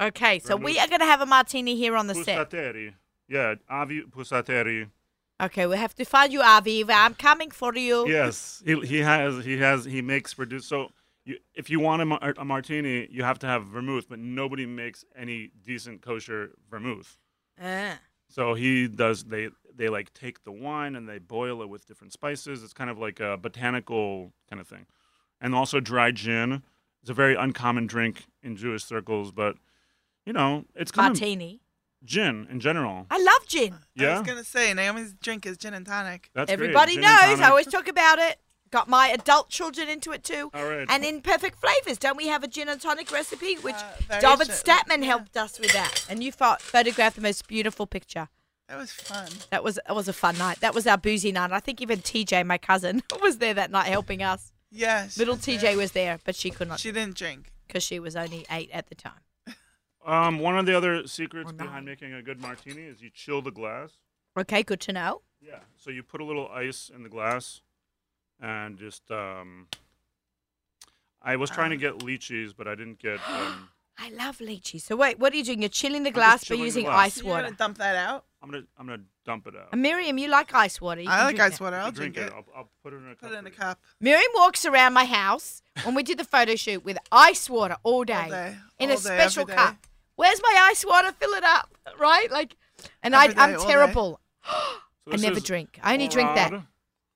Okay, so we Vermouth. are going to have a martini here on the set. Pusateri. Yeah, Avi Pusateri. Okay, we have to find you, Aviva. I'm coming for *laughs* you. Yes, he he has he has he makes produce. So you, if you want a, mar- a martini, you have to have vermouth, but nobody makes any decent kosher vermouth. Ah. So he does. They they like take the wine and they boil it with different spices. It's kind of like a botanical kind of thing, and also dry gin. It's a very uncommon drink in Jewish circles, but you know it's kind of martini. gin in general. I love gin. I Yeah, was gonna say Naomi's drink is gin and tonic. that's great. Everybody Gin and knows. I tonic. always talk about it. Got my adult children into it too. All right. And in perfect flavors, don't we have a gin and tonic recipe? Which Uh, David variation, Statman yeah. helped us with that. And you pho- photographed the most beautiful picture. That was fun. That was that was a fun night. That was our boozy night. I think even TJ, my cousin, *laughs* was there that night helping us. Yes. Little TJ was there, but she could not She didn't drink. because she was only eight at the time. Um, one of the other secrets Or nine. behind making a good martini is you chill the glass. Okay, good to know. Yeah. So you put a little ice in the glass, and just um. I was trying to get lychees, but I didn't get. Um, I love lychee. So wait, what are you doing? You're chilling the just glass by chilling the using glass. ice So you're water. gonna dump that out. I'm gonna I'm gonna dump it out. And Miriam, you like ice water. You I can like drink ice that. water. I'll You drink, drink it. it. I'll, I'll put it in a cup. Put it in for a you. cup. Miriam walks around my house when we did the photo shoot with ice water all day, day, in a all day, every special day. cup. Where's my ice water? Fill it up, right? Like, and Every I, I'm day, all day. terrible. So I this never is drink. I only drink that. Morad.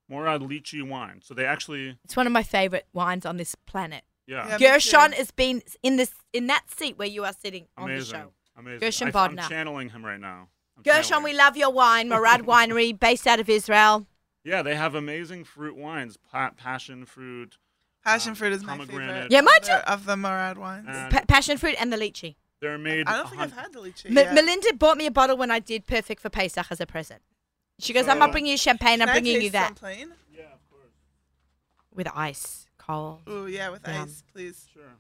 Morad lychee wine. So they actually, It's one of my favorite wines on this planet. yeah, Yeah, me too. Gershon has been in this in that seat where you are sitting on amazing, the show. amazing. Gershon I, am Bodnar. channeling him right now. I'm Gershon, channeling we him. love your wine. *laughs* Morad Winery, based out of Israel. Yeah, they have amazing fruit wines, pa- passion fruit. Passion Um, fruit is my pomegranate. favorite. Yeah, mine of the- Of the Morad wines. Uh, Pa- passion fruit and the lychee. They're made. I don't think a I've hun- had the lychee. M- yet. Melinda bought me a bottle when I did Perfect for Pesach as a present. She goes, I'm Oh. not bringing you champagne, Can I'm I bringing you taste that some plain? Yeah, of course. with ice, cold. Ooh, yeah, with Yum. ice, please. Sure.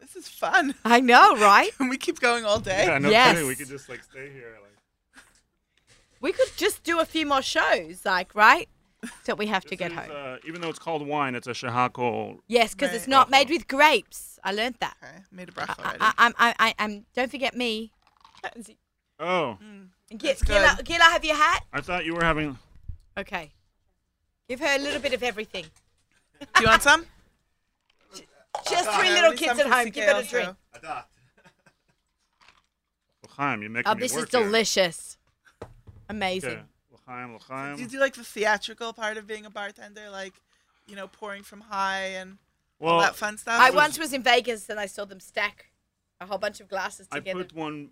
This is fun. *laughs* I know, right? Can we keep going all day? Yeah, no Yes. kidding. We could just like stay here. Like, *laughs* We could just do a few more shows, like, right? Except we have to This get is, home. Uh, even though it's called wine, it's a shahakol. yes, because it's Right. not made with grapes. I learnt that. Okay, made a breath I, already. I, I'm, I, I, I'm, don't forget me. Oh, Mm. Gila, good. Gila, Gila, have your hat? I thought you were having. Okay. Give her a little bit of everything. Do you want some? Just Uh, three at ah. little least kids I'm at from home. CK Give it a also. drink. *laughs* L'chaim, you're making Oh, me this is work here. delicious. Amazing. Okay. L'chaim, Do l'chaim. you do like the theatrical part of being a bartender, like you know, pouring from high and all Well, that fun stuff? I once was in Vegas and I saw them stack a whole bunch of glasses I together. put one.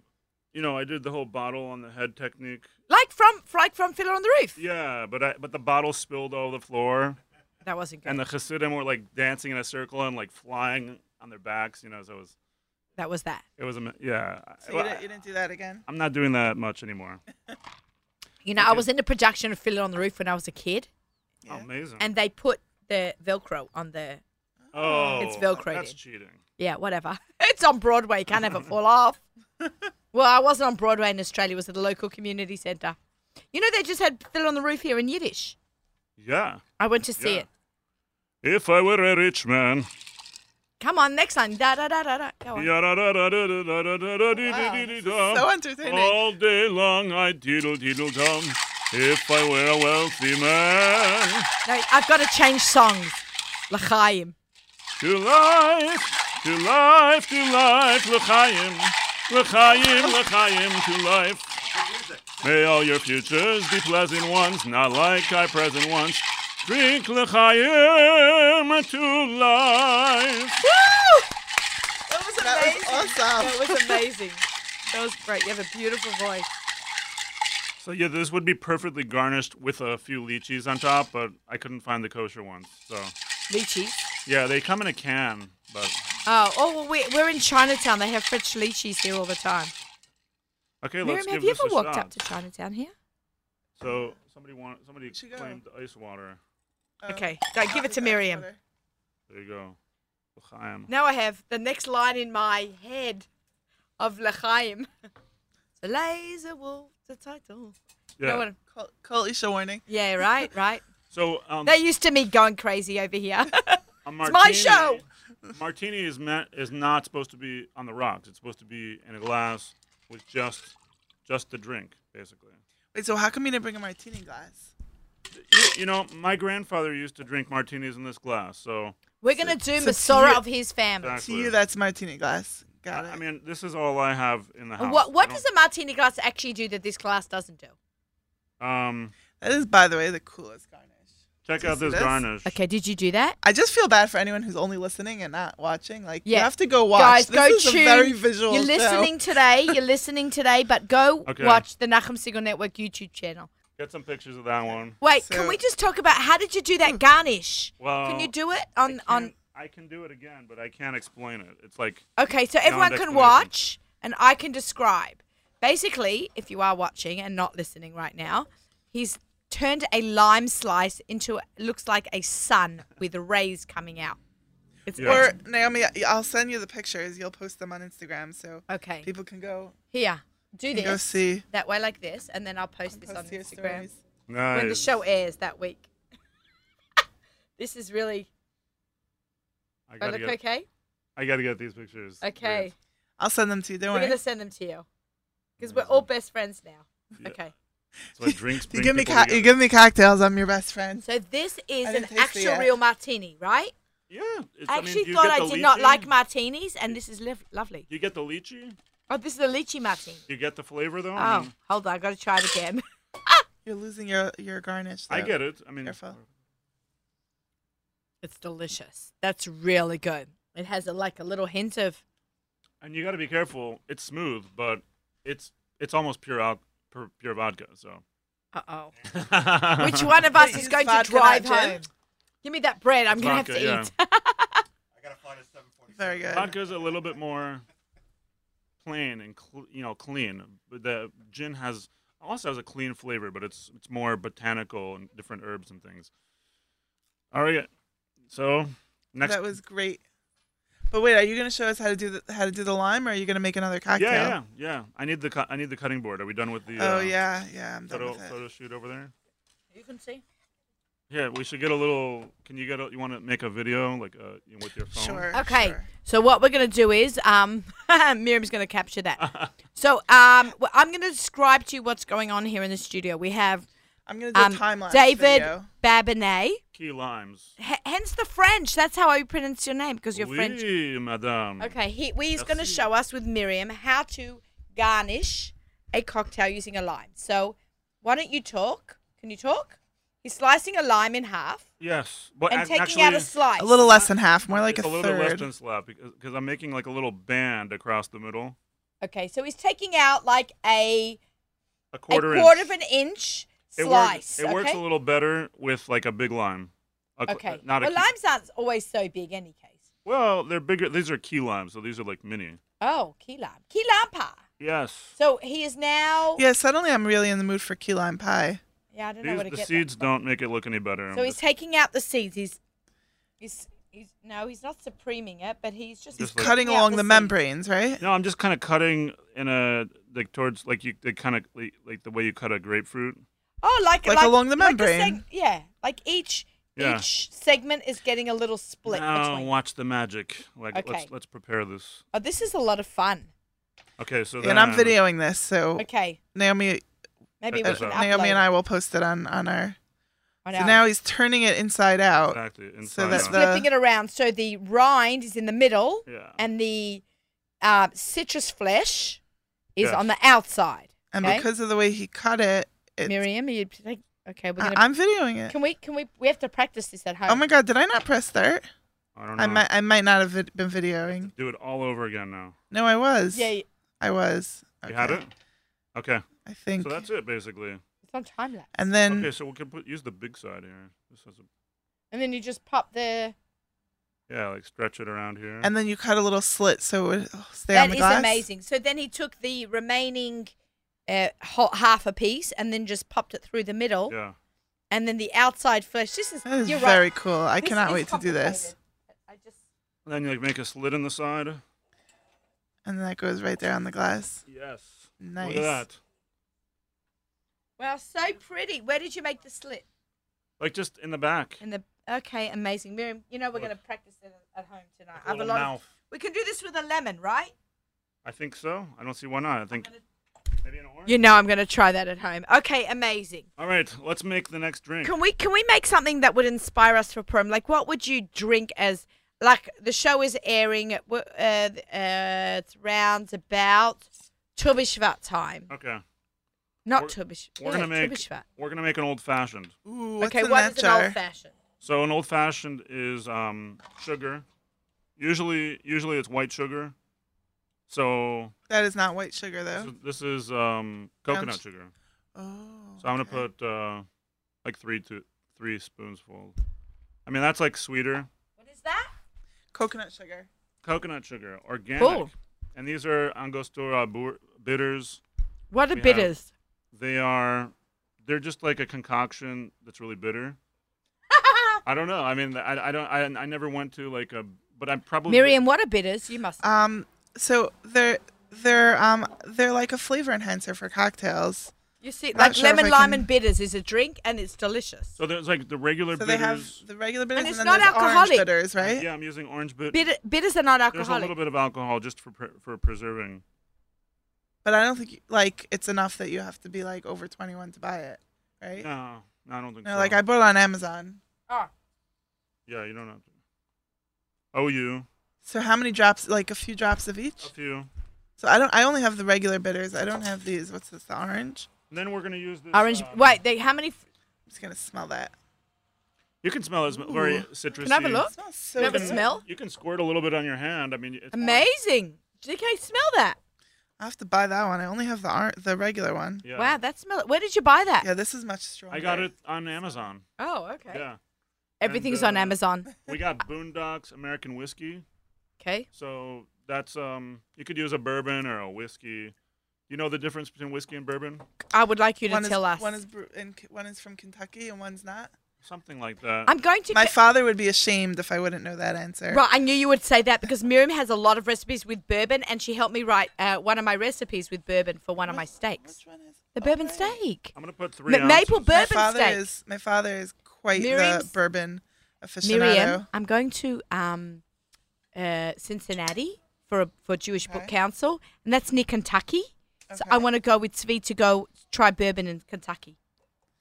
You know, I did the whole bottle on the head technique. Like from like from Fiddler on the Roof. Yeah, but I but the bottle spilled all over the floor, That wasn't good. and the Hasidim were like dancing in a circle and like flying on their backs. You know, so it was that was that. it was a yeah. So you, Well, didn't, you didn't do that again. I'm not doing that much anymore. You know, I Okay. was in the production of Fiddler on the Roof when I was a kid, Yeah. Amazing. and they put the Velcro on the oh, It's Velcro That's then. cheating. yeah whatever. *laughs* It's on Broadway. You can't have it fall off. Well, I wasn't on Broadway in Australia. It was at the local community centre. You know, they just had Fiddler on the Roof here in Yiddish. Yeah. I went to see Yeah. it. If I were a rich man. Come on, next line. Da da da da da. Go on. Wow, this is so So entertaining. All day long I diddle diddle dum. If I were a wealthy man, No, I've got to change songs. L'chaim. to life, to life, to life, l'chaim, l'chaim, l'chaim, to life. May all your futures be pleasant ones, not like I present ones. Drink l'chaim to life. That was That amazing. was That awesome. was amazing. That was great. You have a beautiful voice. So yeah, this would be perfectly garnished with a few lychees on top, but I couldn't find the kosher ones. So Lychees. yeah, they come in a can, but Oh, oh, well, we, we're in Chinatown. They have fresh lychees here all the time. okay, Miriam, let's give have you this ever a walked shot. up to Chinatown here? so somebody want somebody Should go. claimed ice water. Oh. Okay, don't give it to That's Miriam. better. There you go. L'chaim. Now I have the next line in my head of L'chaim. The laser wolf, the title. Yeah. No one- Call, call Isha warning. yeah, right, *laughs* right. so um, They're used to me going crazy over here. *laughs* a it's martini, my show. *laughs* Martini is meant is not supposed to be on the rocks. It's supposed to be in a glass with just just the drink, basically. Wait, so how come you didn't bring a martini glass? You, you know, my grandfather used to drink martinis in this glass, so. We're going to do so Masora you- of his family. Exactly. To you, that's martini glass. Got it. I I mean, this is all I have in the house. What, I what don't- does a martini glass actually do that this glass doesn't do? um? that is, by the way, the coolest garnish. Check you out see this this? garnish. Okay, did you do that? I just feel bad for anyone who's only listening and not watching. Like you Yeah. have to go watch. Guys, this go is tune. a very visual. You're show. listening today. You're listening today, but *laughs* go Okay. watch the Nachum Siegel Network YouTube channel. Get some pictures of that one. Wait, So- can we just talk about how did you do Hmm. that garnish? Well, can you do it I on on? can't- I can do it again, but I can't explain it. It's like Okay, so everyone can explanation. watch and I can describe. Basically, if you are watching and not listening right now, he's turned a lime slice into looks like a sun with rays coming out. It's Yeah. Or Naomi, I'll send you the pictures. You'll post them on Instagram so okay. people can go Here, do can go this see. that way like this, and then I'll post this on Post your Instagram. stories. nice. when the show airs that week. *laughs* this is really. I I gotta, look get, okay? I gotta get these pictures. Okay. I'll send them to you. Don't We're going to worry. send them to you because we're all best friends now. Yeah. Okay. *laughs* It's like drinks. You bring give me people co- together. you give me cocktails. I'm your best friend. So this is an didn't taste it actual yet. real martini, right? Yeah. It's, I mean, actually you thought get I the did not lychee, like martinis, and this is liv- lovely. You get the lychee. Oh, this is a lychee martini. Mm. You get the flavor though. I Oh, mean, hold on. i got to try it again. *laughs* You're losing your your garnish. I though. get it. I mean, Careful. It's delicious. That's really good. It has a, like a little hint of and you got to be careful. It's smooth, but it's it's almost pure al- pure, pure vodka. So uh *laughs* oh. Which one of Wait, us you is use going to vodka, not drive gin? home? Give me that bread. I'm gonna have Vodka, to yeah. eat. I gotta fly to 747. Very good. Vodka's a little bit more plain and cl- you know clean. But the gin has also has a clean flavor, but it's it's more botanical and different herbs and things. All right, so next That was great. But wait, are you gonna show us how to do the how to do the lime, or are you gonna make another cocktail? yeah yeah yeah. I need the cu- I need the cutting board. Are we done with the Oh uh, yeah, yeah. I'm done photo with it. photo shoot over there? You can see. Yeah, we should get a little. Can you get? A, you want to make a video like uh, you know, with your phone? Sure. Okay. sure. So what we're gonna do is um, *laughs* Miriam's gonna capture that. so um, well, I'm gonna describe to you what's going on here in the studio. We have I'm gonna do a um, time lapse. David video. Babinet. Key limes. H- hence the French. That's how I pronounce your name because you're oui, French. madame. Okay, he, well, he's going to Merci. show us with Miriam how to garnish a cocktail using a lime. So, why don't you talk? Can you talk? He's slicing a lime in half Yes, but and ac- taking actually, out a slice. A little less than half, more like it's a, a, little bit less third. than slap because 'cause I'm making like a little band across the middle, Okay, so he's taking out like a a a quarter, quarter, inch. of an inch it slice. Works, it works okay? a little better with like a big lime. A cl- Okay. Not a well, key- limes aren't always so big, any case. Well, they're bigger. These are key limes, so these are like mini. Oh, key lime, key lime pie. Yes. So he is now. Yeah. Suddenly, I'm really in the mood for key lime pie. Yeah, I don't know These, where to the get that seeds from. don't make it look any better. I'm So he's just- taking out the seeds. He's, he's, he's no, he's not supreming it, but he's just He's taking Cutting out along the seeds. membranes, right? no, I'm just kind of cutting in a like towards like you like kind of like, like the way you cut a grapefruit. Oh, like Like along the like a seg- membrane. yeah, like each Yeah. each segment is getting a little split now between. watch the magic. Like Okay. let's let's prepare this. Oh, this is a lot of fun. Okay, so then And I'm videoing this, so Okay, Naomi, maybe Uh, we can uh, upload Naomi and it I will post it on on our. on So our- now he's turning it inside out. Exactly. So inside that out. the- flipping it around. So the rind is in the middle, Yeah. and the uh, citrus flesh is Yes. on the outside. And okay? because of the way he cut it, it's, Miriam, you like okay, we're I- gonna. I'm videoing it. can we? Can we? We have to practice this at home. Oh my god, did I not press start? I don't know. I might I might not have vid- been videoing. Do it all over again now. No, I was. Yeah, it's I was. You had it. Okay, Okay. I think. So that's it basically. on time lapse. and then okay, so we can put use the big side here. This has a And then you just pop the. yeah, like stretch it around here. and then you cut a little slit so it would oh, stay on That the is glass. amazing. So then he took the remaining uh, ho- half a piece and then just popped it through the middle, yeah. and then the outside flesh. This is, That is you're very right. cool. I This cannot is wait to do this. complicated. I just And then you like make a slit in the side. And that goes right there on the glass. Yes. Nice. Look at that. wow, so pretty. Where did you make the slit? Like just in the back. In the okay, amazing, Miriam. You know we're Look. gonna practice it at home tonight. Like I a have a little lot. of- mouth. we can do this with a lemon, right? I think so. I don't see why not. I think gonna- maybe an orange. You know I'm gonna try that at home. Okay, amazing. All right, let's make the next drink. Can we can we make something that would inspire us for prom? Like, what would you drink as like the show is airing at wo- uh, uh, it's round about Tubishvat time, Okay. not We're- Tubish. We're yeah, gonna make Tubishvat. we're gonna make an old fashioned. Ooh, what's Okay, in what that is jar? an old fashioned? So an old fashioned is um, sugar. Usually, usually it's white sugar. So that is not white sugar this though. is, this is um, coconut Sounds- sugar. Oh. So I'm gonna okay. put uh, like three to three spoonsful. I mean that's like sweeter What is that? coconut sugar. coconut sugar, organic. Cool. And these are Angostura bur- bitters. What are We have- *laughs* bitters? They are they're just like a concoction that's really bitter. I don't know. I mean I, I don't I, I never went to like a but I'm probably Miriam, what are bitters? You must. Um so they're they're um they're like a flavor enhancer for cocktails. you see, not like sure if lemon, I lime, can- and bitters is a drink, and it's delicious. So there's like the regular So they bitters. have the regular bitters And and, it's then not there's alcoholic. orange bitters, right? Yeah, I'm using orange bit. Bitter, bitters are not There's a little alcoholic. bit of alcohol just for pre- for preserving. But I don't think like it's enough that you have to be like over 21 to buy it, right? No, no, I don't think No, so. like I bought it on Amazon. Oh, Yeah, you don't have to. Oh, you So how many drops? Like a few drops of a each. few. So I don't. I only have the regular bitters. I don't have these. What's this? The orange. And then we're gonna use this Ah. Orange. uh, um, Wait, they, how many? f- I'm just gonna smell that. You can smell it's very citrusy. Can I have a look? It smells so. Can I have a good. smell? You can squirt a little bit on your hand. I mean, it's Amazing. Did you smell that? I have to buy that one. I only have the ar- the regular one. Yeah. Wow, that smell. Where did you buy that? Yeah, this is much stronger. I got it on Amazon. Oh, okay. Yeah. Everything's on And, uh, Amazon. We *laughs* got Boondocks American whiskey. *laughs* Okay. So that's um you could use a bourbon or a whiskey. You know the difference between whiskey and bourbon? I would like you to One is, tell us. one is bre- and K- one is from Kentucky and one's not. Something like that. I'm going to. My ca- father would be ashamed if I wouldn't know that answer. Right, I knew you would say that because Miriam has a lot of recipes with bourbon, and she helped me write uh, one of my recipes with bourbon for one of my steaks. Which one is The bourbon okay. steak. I'm gonna put three Ma- maple ounces. My bourbon father steak. is my father is quite Miriam's- the bourbon aficionado. Miriam, I'm going to um, uh, Cincinnati for a, for Jewish Book Okay. Council, and that's near Kentucky. So I Okay. want to go with Svi to go try bourbon in Kentucky.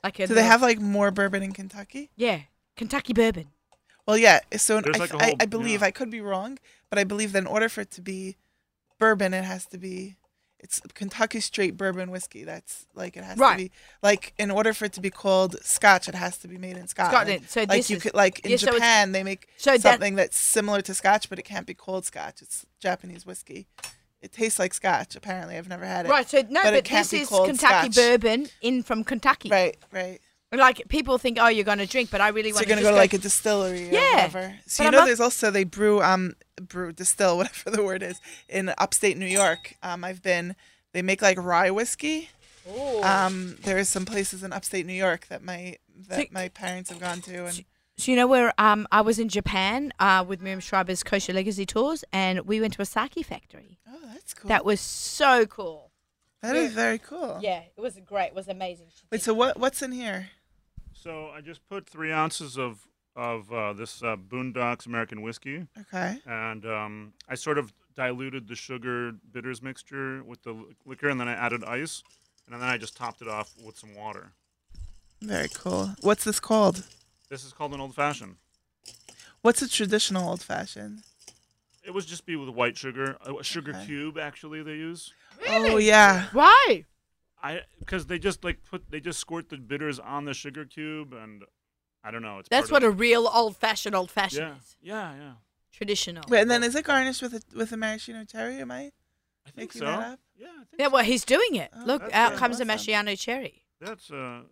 Like a Do they little- have like more bourbon in Kentucky? yeah Kentucky bourbon? Well, yeah. So There's, I, like, a I- whole- I believe yeah. I could be wrong, but I believe that in order for it to be bourbon, it has to be it's Kentucky straight bourbon whiskey. That's like it has Right. to be like in order for it to be called Scotch, it has to be made in Scotland. Scotland. So like this you is- could like in yeah, so it's- Japan they make so that- something that's similar to Scotch, but it can't be called Scotch. It's Japanese whiskey. It tastes like Scotch. Apparently, I've never had it. Right. So no, but, but it can't this be is called Kentucky Scotch. bourbon in from Kentucky. Right. Right. Like people think, oh, you're going to drink, but I really So want you're gonna to go to go like a distillery, Yeah, or whatever. but So you I'm know, not- there's also they brew um brew distill *laughs* whatever the word is in upstate New York. Um, I've been. They make like rye whiskey. Um, there is some places in upstate New York that my that So- my parents have gone to, and So you know where um, I was in Japan uh, with Miriam Schreiber's Kosher Legacy Tours, and we went to a sake factory. oh, that's cool. That was so cool. that is very cool. Yeah, it was great. It was amazing. She Wait, did- so what what's in here? So I just put three ounces of of uh, this uh, Boondocks American whiskey, Okay. and um, I sort of diluted the sugar bitters mixture with the li- liquor, and then I added ice, and then I just topped it off with some water. Very cool. What's this called? This is called an old fashioned. What's a traditional old fashioned? It was just be with white sugar, a a sugar Okay. cube actually they use. Oh yeah. Why? I because they just like put they just squirt the bitters on the sugar cube, and I don't know. It's That's what part of, a real old fashioned old fashioned yeah is. yeah yeah. Traditional. Wait, and then is it garnished with a with a maraschino cherry? Am I? I think Making so. that up? Yeah, I think Yeah, well, he's doing it. Oh, Look, that's out very comes a awesome. Masciano cherry. that's uh.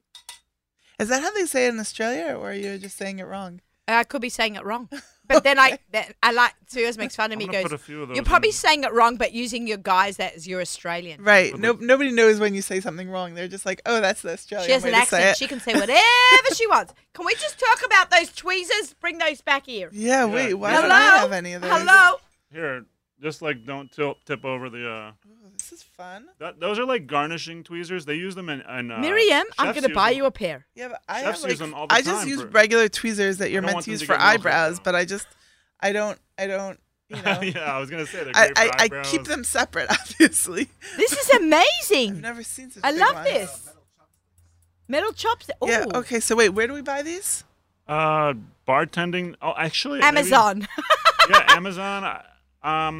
Is that how they say it in Australia, or are you just saying it wrong? And Uh, I could be saying it *laughs* wrong, but then I, that, I like Sirius makes fun of I'm me. gonna Goes, put a few of those you're probably in." saying it wrong, but using your guys that as your Australian. Right. But No, like- nobody knows when you say something wrong. They're just like, oh, that's the Australian She has way an to say accent. it. She can say whatever she wants. Can we just talk about those tweezers? Bring those back here. *laughs* Yeah. Yeah, wait. Why Hello. don't I have any of those? Hello. Here, just like don't tilt, tip over the. Uh, Ooh, this is fun. that, those are like garnishing tweezers. They use them in. in uh, Miriam, I'm chefs going to use buy them. you a pair. Yeah, but I Chefs have, use like, them all the I just time use for- regular tweezers that you're don't meant want to them use to for get melted eyebrows, down. but I just, I don't, I don't, you *laughs* know. yeah, I was gonna say they're I, great for I, I eyebrows. keep them separate, *laughs* obviously. This is I've *laughs* amazing. never seen such. I big love ones. this. Metal chopsticks. Ooh. Yeah. Okay. So wait, where do we buy these? Uh, bartending. Oh, actually, maybe- Amazon. *laughs* yeah, Amazon. I- Um,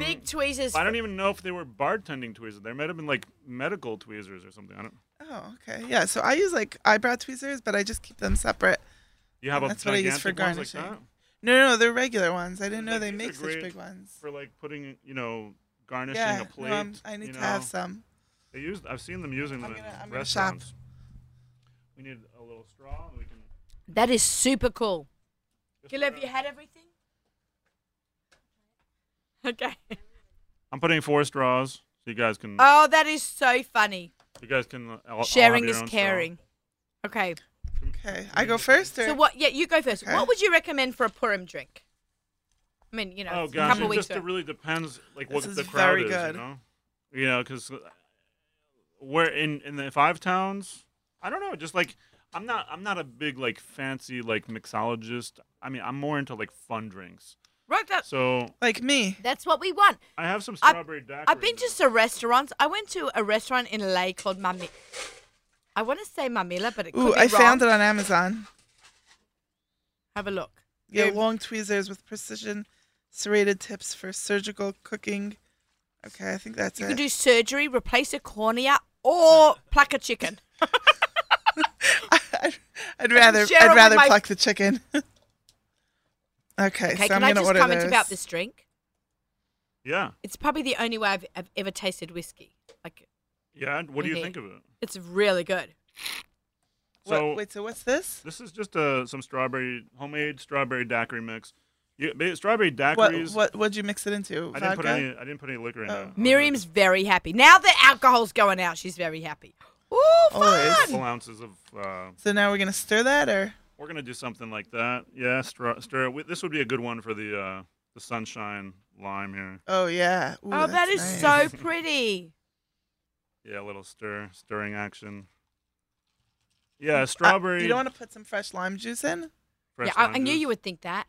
*laughs* Big tweezers. I don't even know if they were bartending tweezers. There might have been like medical tweezers or something. I don't. Oh, okay. Yeah. So I use like eyebrow tweezers, but I just keep them separate. You have a That's what I use for gigantic ones like that. garnishing. No, no, they're regular ones. I didn't know Like, they these are make such great big ones. for like putting, you know, garnishing Yeah, a plate. no, I'm- i need you to have know. some. They use. I've seen them using them I'm in gonna- I'm gonna shop. restaurants. We need a little straw. and We can. That is super cool. Gil, have you had everything? *laughs* Okay. I'm putting four straws, so you guys can. *laughs* Oh, that is so funny. you guys can. uh, I'll- I'll have Sharing your is own straw. caring. Okay. Okay, I go first. Or? So what? Yeah, you go first. Okay. What would you recommend for a Purim drink? I mean, you know, Oh it's gosh, a couple it weeks. just it away. really depends like what This is the crowd very is, good. you know. You know, because we're in in the five towns. I don't know, just like I'm not I'm not a big like fancy like mixologist. I mean, I'm more into like fun drinks. Right. That, So Like me. that's what we want. I have some I've- strawberry daiquiris. I've been to some restaurants. I went to a restaurant in LA called Mami. I want to say Mamila, but it could Ooh, be I wrong. found it on Amazon. Have a look. Yeah, Babe. long tweezers with precision serrated tips for surgical cooking. Okay, I think that's You it. *laughs* can do surgery, replace a cornea, or pluck a chicken. I'd, I'd rather share it I'd with rather my- pluck the chicken. *laughs* okay, Okay, so I'm can I gonna just order comment those. about this drink? Yeah. It's probably the only way I've, I've ever tasted whiskey. Like, Yeah. What do you Okay. think of it? it's really good. Oh, What- So wait, so what's this? this is just uh, some strawberry homemade strawberry daiquiri mix. You, ba- strawberry What daiquiris. what would you mix it into? I didn't put Vodka? any. I didn't put any liquor in Oh. it. Miriam's very happy. Now the alcohol's going out, she's very happy. Ooh, Always. fun! Full ounces of. Uh, So now we're gonna stir that, or we're gonna do something like that. Yeah. Stra- stir. it. We- This would be a good one for the uh, the sunshine lime here. oh yeah. Ooh, oh, that that's is nice. *laughs* so pretty. Yeah, a little stir, stirring action. Yeah, strawberry. Uh, you don't want to put some fresh lime juice in? fresh yeah, I, I lime knew juice. you would think that.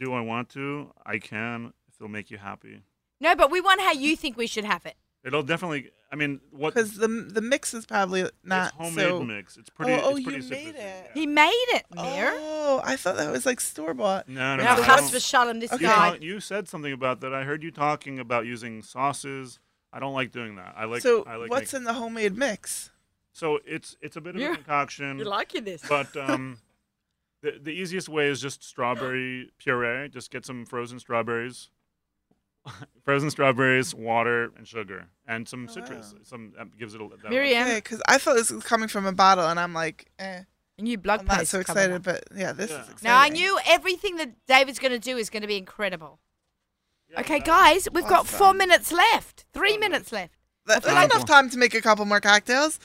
Do I want to? I can if it'll make you happy. No, but we want how you think we should have it. It'll definitely. I mean, what? Because the the mix is probably not it's homemade so. mix. It's pretty. oh, it's you pretty made citrusy. it. He made it, Mir. Oh, I thought that was like store bought. No, no, now, no. I cuss don't- for shut him, this Okay. you, guy. talk- you said something about that. I heard you talking about using sauces. I don't like doing that. I like. so I like what's making- in the homemade mix? So it's it's a bit of You're- a concoction. You're liking this. But um, the the easiest way is just strawberry puree. Just get some frozen strawberries, *laughs* frozen strawberries, water, and sugar, and some Oh, citrus. wow. Some that gives it a. That Miriam, Okay, because Eh, I thought this was coming from a bottle, and I'm like, eh, and you blood I'm not paste so coming excited. up. But yeah, this Yeah. is exciting. Now I knew everything that David's going to do is going to be incredible. Yeah, okay, that- guys, we've got four Awesome. minutes left. Three Oh, minutes left. That- feel That's like- enough time to make a couple more cocktails.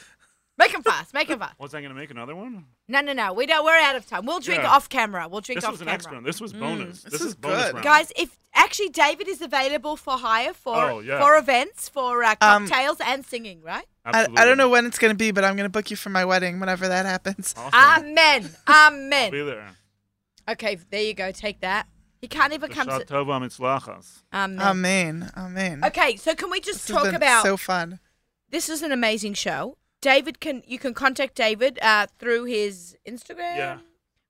Make them fast. Make them fast. Was I gonna make another one? No, no, no. We don't. We're out of time. We'll drink Yeah. off camera. We'll drink this off was an camera. extra. This was Mm. bonus. This This, is is, bonus good. round. Guys, if actually David is available for hire for Oh, yeah. for events, for uh, Um, cocktails and singing, right? I, I Absolutely. don't know when it's gonna be, but I'm gonna book you for my wedding whenever that happens. Awesome. Amen. *laughs* I'll Amen. be there. Okay, there you go. Take that. He can't even come. B'Shat To, Tova Mitzlachas. amen. Amen, amen. Okay, so can we just Um, This has talk been about so fun. this is an amazing show. David can you can contact David uh, through his Instagram, Yeah.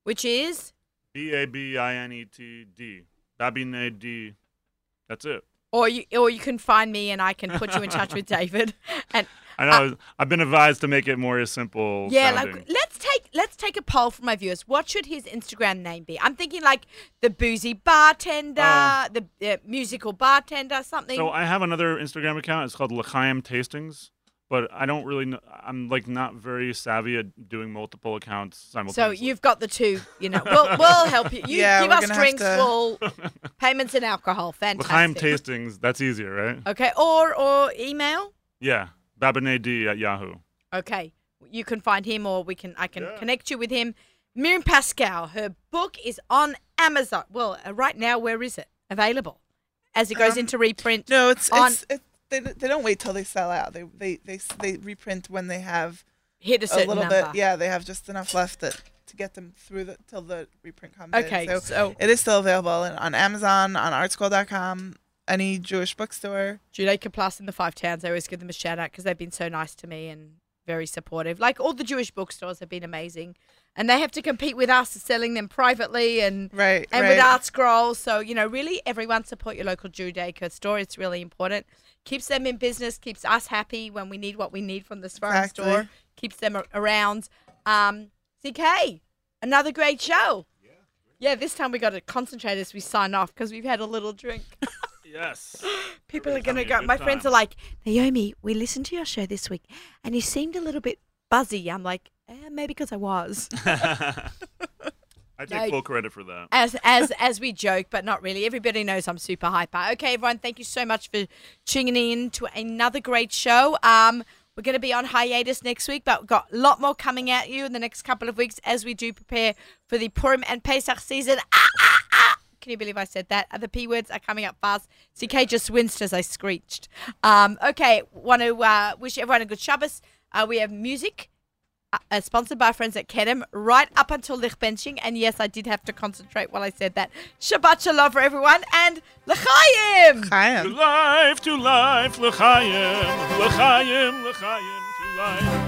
which is B a b i n e t d. Babine d. That's it. or you or you can find me and I can put you in touch *laughs* with David. And I know. I've been advised to make it more simple. yeah, sounding. like let's take let's take a poll from my viewers. What should his Instagram name be? I'm thinking like the boozy bartender, Oh. the uh, musical bartender, something. So I have another Instagram account. It's called L'chaim Tastings, but I don't really. Know, I'm like not very savvy at doing multiple accounts so simultaneously. you've got the two, you know. We'll, we'll help you. You *laughs* Yeah, give we're us gonna have drinks, to- we'll *laughs* payments and alcohol. L'chaim Fantastic. Tastings. That's easier, right? Okay, or or email. Yeah. Babine D at Yahoo. Okay, you can find him, or we can I can Yeah. connect you with him. Miriam Pascal, her book is on Amazon. Well, uh, right now, where is it available? As it goes Um, into reprint. No, it's On- it's it, they, they don't wait till they sell out. They they they they reprint when they have hit a a certain little number. bit. Yeah, they have just enough left that, to get them through the till the reprint comes. in. Okay, so, so- it is still available in, on Amazon, on ArtSchool.com, any Jewish bookstore. Judaica Plus in the Five Towns. I always give them a shout out because they've been so nice to me and very supportive. Like all the Jewish bookstores have been amazing, and they have to compete with us selling them privately and Right, and right. with Art Scroll. So you know, really, everyone support your local Judaica store. It's really important. Keeps them in business. Keeps us happy when we need what we need from this foreign Exactly. store. Keeps them a- around. Um, CK, another great show. Yeah, this time we got to concentrate as we sign off because we've had a little drink. Yes. People are going Everybody's to having a go. good My friends are time. like, Naomi, we listened to your show this week and you seemed a little bit buzzy. I'm like, eh, maybe because I was. I No. take full credit for that. *laughs* as as as we joke, but not really. Everybody knows I'm super hyper. Okay, everyone, thank you so much for tuning in to another great show. Um, we're going to be on hiatus next week, but we've got a lot more coming at you in the next couple of weeks as we do prepare for the Purim and Pesach season. Ah, ah, ah. Can you believe I said that? The P words are coming up fast. CK just winced as I screeched. Um, okay, want to uh, wish everyone a good Shabbos. Uh, we have music uh, sponsored by our friends at Kedem, right up until Lich Benching. And yes, I did have to concentrate while I said that. Shabbat Shalom for everyone and L'chaim! Chaim. To life, to life, L'chaim, L'chaim, L'chaim, to life.